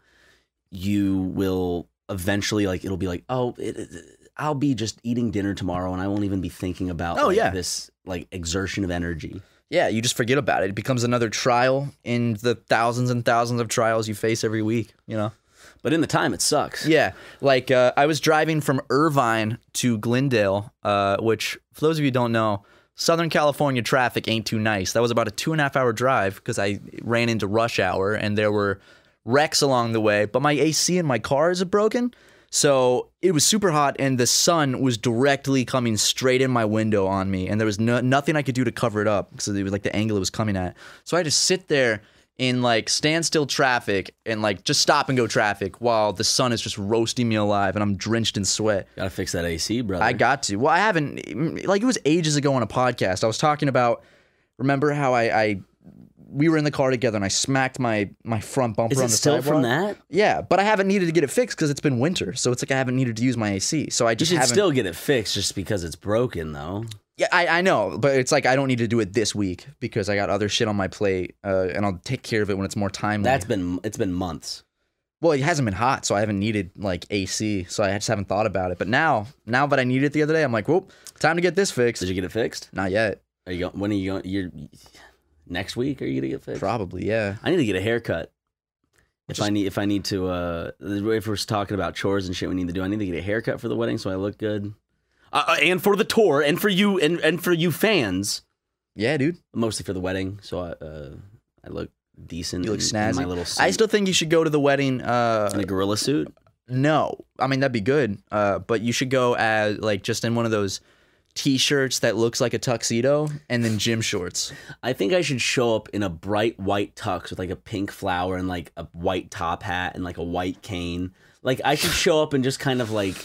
Speaker 2: you will eventually like it'll be like, oh, it, it- I'll be just eating dinner tomorrow, and I won't even be thinking about
Speaker 3: Oh,
Speaker 2: like,
Speaker 3: yeah.
Speaker 2: this like exertion of energy.
Speaker 3: Yeah, you just forget about it. It becomes another trial in the thousands and thousands of trials you face every week, you know.
Speaker 2: But in the time, it sucks.
Speaker 3: Yeah, like uh, I was driving from Irvine to Glendale, uh, which for those of you who don't know, Southern California traffic ain't too nice. That was about a two and a half hour drive because I ran into rush hour and there were wrecks along the way. But my AC in my car is broken, so it was super hot and the sun was directly coming straight in my window on me, and there was no, nothing I could do to cover it up because it was like the angle it was coming at. So I had to sit there in like standstill traffic and like just stop and go traffic while the sun is just roasting me alive and I'm drenched in sweat.
Speaker 2: gotta fix that AC, brother.
Speaker 3: I got to. Well, I haven't. Like it was ages ago on a podcast. I was talking about. Remember how I, I we were in the car together and I smacked my my front bumper
Speaker 2: Is
Speaker 3: on
Speaker 2: it
Speaker 3: the
Speaker 2: still
Speaker 3: sidewalk.
Speaker 2: from that?
Speaker 3: Yeah, but I haven't needed to get it fixed because it's been winter. So it's like I haven't needed to use my AC. So I
Speaker 2: You
Speaker 3: just
Speaker 2: should
Speaker 3: haven't.
Speaker 2: still get it fixed just because it's broken, though.
Speaker 3: Yeah, I, I know, but it's like I don't need to do it this week because I got other shit on my plate, uh, and I'll take care of it when it's more timely.
Speaker 2: That's been it's been months.
Speaker 3: well, it hasn't been hot, so I haven't needed like AC, so I just haven't thought about it. But now, now that I need it the other day, I'm like, whoop, time to get this fixed.
Speaker 2: Did you get it fixed?
Speaker 3: Not yet,
Speaker 2: Are you going? When are you going? You're next week? Are you gonna get fixed?
Speaker 3: probably, yeah.
Speaker 2: I need to get a haircut. If I need, if I need to, uh, if we're talking about chores and shit, we need to do. I need to get a haircut for the wedding so I look good, uh, uh, and for the tour, and for you, and and for you fans,
Speaker 3: Yeah, dude,
Speaker 2: mostly for the wedding, so I, uh, I look decent.
Speaker 3: you look
Speaker 2: in- in
Speaker 3: snazzy.
Speaker 2: my little suit,
Speaker 3: I still think you should go to the wedding.
Speaker 2: in
Speaker 3: Uh,
Speaker 2: a gorilla suit.
Speaker 3: no, I mean that'd be good, uh, but you should go as like just in one of those t-shirts that looks like a tuxedo, and then gym shorts.
Speaker 2: I think I should show up in a bright white tux with like a pink flower and like a white top hat and like a white cane. Like I should show up and just kind of like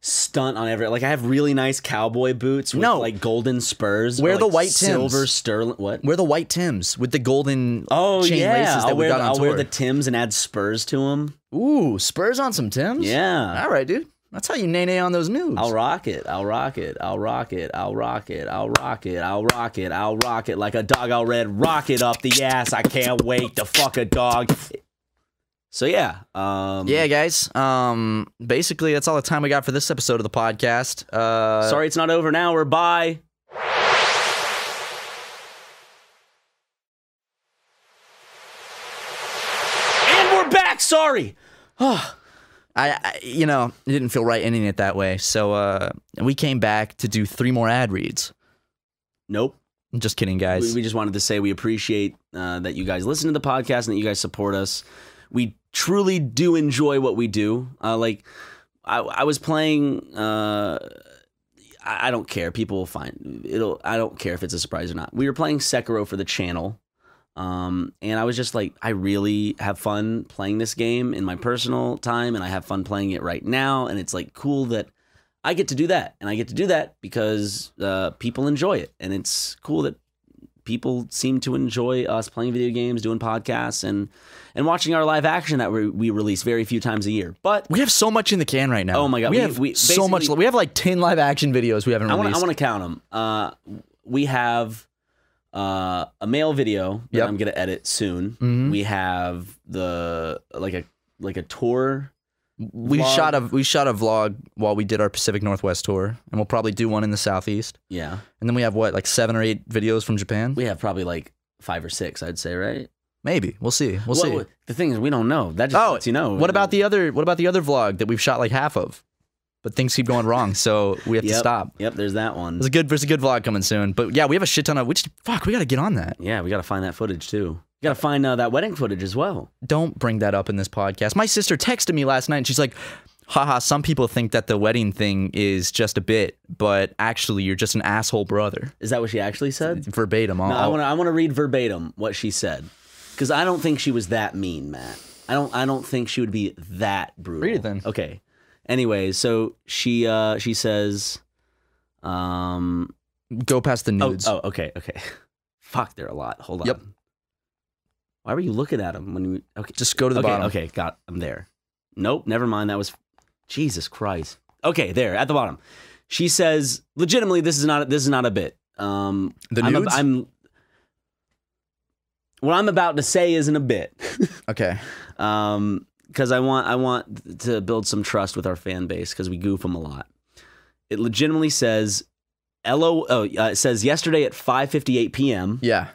Speaker 2: stunt on every. Like I have really nice cowboy boots with
Speaker 3: No.
Speaker 2: like golden spurs. or,
Speaker 3: Wear the
Speaker 2: like,
Speaker 3: white Tims.
Speaker 2: silver sterling. What?
Speaker 3: Wear the white Tims with the golden
Speaker 2: Oh
Speaker 3: chain
Speaker 2: yeah,
Speaker 3: laces that
Speaker 2: I'll
Speaker 3: we
Speaker 2: wear
Speaker 3: got
Speaker 2: the,
Speaker 3: on
Speaker 2: I'll
Speaker 3: tour.
Speaker 2: wear the Tims and add spurs to them.
Speaker 3: Ooh, Spurs on some Tims.
Speaker 2: Yeah.
Speaker 3: All right, dude. That's how you nay on those noobs.
Speaker 2: I'll rock it. I'll rock it. I'll rock it. I'll rock it. I'll rock it. I'll rock it. I'll rock it like a dog. I'll red rock it up the ass. I can't wait to fuck a dog. So yeah, um,
Speaker 3: Yeah, guys. Um, basically, that's all the time we got for this episode of the podcast. Uh,
Speaker 2: Sorry, it's not over now. We're bye. And we're back. Sorry.
Speaker 3: I, I, you know, it didn't feel right ending it that way. So uh, we came back to do three more ad reads.
Speaker 2: Nope.
Speaker 3: I'm just kidding,
Speaker 2: We,
Speaker 3: guys.
Speaker 2: we just wanted to say we appreciate uh, that you guys listen to the podcast and that you guys support us. We truly do enjoy what we do. Uh, like, I, I was playing. Uh, I, I don't care. People will find it'll. I don't care if it's a surprise or not. We were playing Sekiro for the channel. Um, and I was just like, I really have fun playing this game in my personal time, and I have fun playing it right now. And it's like cool that I get to do that, and I get to do that because uh, people enjoy it, and it's cool that people seem to enjoy us playing video games, doing podcasts, and and watching our live action that we, we release very few times a year. But
Speaker 7: We have so much in the can right now.
Speaker 2: Oh my God,
Speaker 7: we,
Speaker 2: we-
Speaker 7: have
Speaker 2: we-
Speaker 7: so much.
Speaker 2: basically-
Speaker 7: We have like ten live action videos we haven't
Speaker 2: I want
Speaker 7: released.
Speaker 2: I want to count them. Uh, we have uh, a mail video that
Speaker 7: Yep.
Speaker 2: I'm gonna edit soon.
Speaker 3: Mm-hmm.
Speaker 7: Mhm.
Speaker 2: We have the like a like a tour.
Speaker 3: We
Speaker 2: vlog.
Speaker 3: shot a we shot a vlog while we did our Pacific Northwest tour, and we'll probably do one in the Southeast.
Speaker 2: Yeah,
Speaker 3: And then we have what like seven or eight videos from Japan.
Speaker 2: we have probably like five or six. I'd say right.
Speaker 3: Maybe we'll see. We'll see. Oh,
Speaker 2: Well, The thing is, we don't know. That just lets you know.
Speaker 3: What about the other? What about the other vlog that we've shot like half of, but things keep going wrong, so we have
Speaker 2: Yep.
Speaker 3: to stop.
Speaker 2: Yep, there's that one.
Speaker 3: There's a good. There's a good vlog coming soon. But yeah, we have a shit ton of. Which fuck, we got to get on that.
Speaker 2: Yeah, we got to find that footage too. We got to find uh, that wedding footage as well.
Speaker 3: Don't bring that up in this podcast. My sister texted me last night, and she's like. Haha, some people think that the wedding thing is just a bit, but actually, you're just an asshole brother.
Speaker 2: Is that what she actually said?
Speaker 3: Verbatim. I'll,
Speaker 2: No, I want to. I want to read verbatim what she said, because I don't think she was that mean, Matt. I don't. I don't think she would be that brutal.
Speaker 3: Read it then.
Speaker 2: Okay. Anyway, so she uh she says, um.
Speaker 3: go past the
Speaker 2: Oh,
Speaker 3: nudes.
Speaker 2: oh, okay, okay. Fuck, they're a lot. Hold on.
Speaker 3: Yep.
Speaker 2: Why were you looking at them when you? Okay.
Speaker 3: Just go to the
Speaker 2: okay,
Speaker 3: bottom.
Speaker 2: Okay, got I'm there. Nope, never mind. That was Jesus Christ. Okay, there at the bottom. She says, legitimately, this is not this is not a bit. Um,
Speaker 3: The
Speaker 2: I'm,
Speaker 3: nudes?
Speaker 2: I'm what I'm about to say isn't a bit,
Speaker 3: Okay.
Speaker 2: um, because I want I want to build some trust with our fan base because we goof them a lot. It legitimately says, "Lo," oh, uh, it says yesterday at 5:58 p.m.
Speaker 3: Yeah.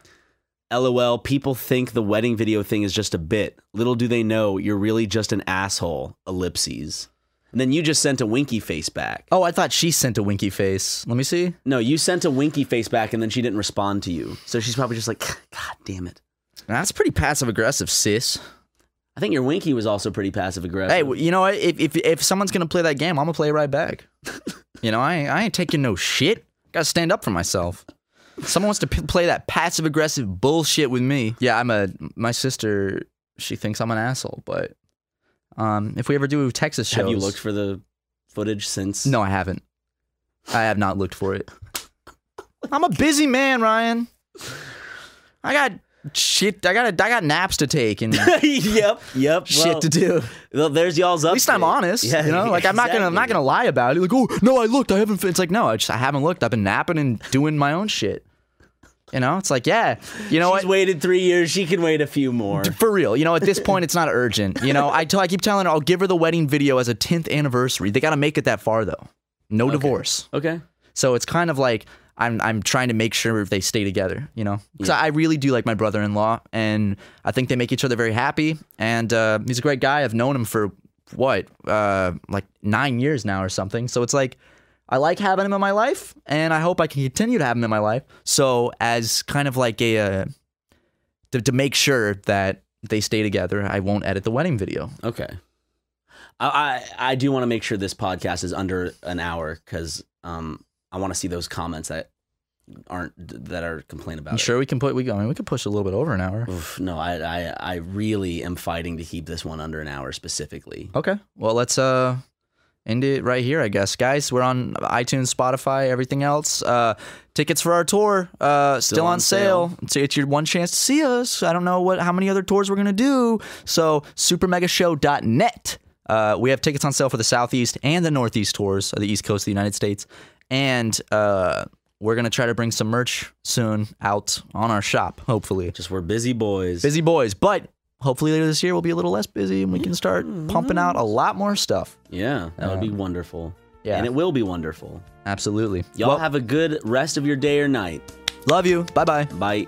Speaker 2: LOL, people think the wedding video thing is just a bit. Little do they know, you're really just an asshole. Ellipses. And then you just sent a winky face back.
Speaker 3: Oh, I thought she sent a winky face. Let me see.
Speaker 2: No, you sent a winky face back and then she didn't respond to you. So she's probably just like, God damn it.
Speaker 3: That's pretty passive aggressive, sis.
Speaker 2: I think your winky was also pretty passive aggressive.
Speaker 3: Hey, w- you know what? If, if if someone's gonna play that game, I'm gonna play right back. you know, I ain't- I ain't taking no shit. Gotta stand up for myself. Someone wants to p- play that passive aggressive bullshit with me. Yeah, I'm a. My sister, she thinks I'm an asshole, but um, if we ever do Texas shows,
Speaker 2: have you looked for the footage since?
Speaker 3: No, I haven't. I have not looked for it. I'm a busy man, Ryan. I got shit. I got I got naps to take and
Speaker 2: yep, yep.
Speaker 3: shit to do.
Speaker 2: Well, there's y'all's up.
Speaker 3: At least I'm honest. you know, like I'm not gonna I'm not gonna lie about it. Like, oh no, I looked. I haven't. fin-" It's like no, I just I haven't looked. I've been napping and doing my own shit. You know, it's like yeah. You know
Speaker 2: She's
Speaker 3: what?
Speaker 2: waited three years. She can wait a few more.
Speaker 3: For real, you know, at this point, it's not urgent. You know, I tell, I keep telling her I'll give her the wedding video as a 10th anniversary. They got to make it that far though. No divorce.
Speaker 2: Okay.
Speaker 3: So it's kind of like I'm I'm trying to make sure they stay together, you know. Because I really do like my brother-in-law, and I think they make each other very happy. And uh, he's a great guy. I've known him for what, uh, like nine years now or something. So it's like I like having him in my life, and I hope I can continue to have him in my life. So as kind of like a uh, to, to make sure that they stay together, I won't edit the wedding video.
Speaker 2: Okay. I I, I do want to make sure this podcast is under an hour because um I want to see those comments that aren't that are complained about.
Speaker 3: I'm
Speaker 2: it.
Speaker 3: sure we can put we I mean, we could push a little bit over an hour.
Speaker 2: Oof, no, I, I I really am fighting to keep this one under an hour specifically.
Speaker 3: Okay. Well, let's uh end it right here, I guess. Guys, we're on iTunes, Spotify, everything else. Uh tickets for our tour uh still, on,
Speaker 2: on
Speaker 3: sale.
Speaker 2: sale.
Speaker 3: It's, it's your one chance to see us. I don't know what how many other tours we're going to do. So, supermegashow.net. Uh, we have tickets on sale for the Southeast and the Northeast tours of the East Coast of the United States. And uh, we're going to try to bring some merch soon out on our shop, hopefully
Speaker 2: Just we're busy boys.
Speaker 3: busy boys. But hopefully later this year we'll be a little less busy and we can start pumping out a lot more stuff.
Speaker 2: Yeah, that would be wonderful.
Speaker 3: Um, yeah.
Speaker 2: and it will be wonderful.
Speaker 3: Absolutely.
Speaker 2: Y'all
Speaker 3: Well,
Speaker 2: have a good rest of your day or night.
Speaker 3: love you. Bye bye.
Speaker 2: Bye.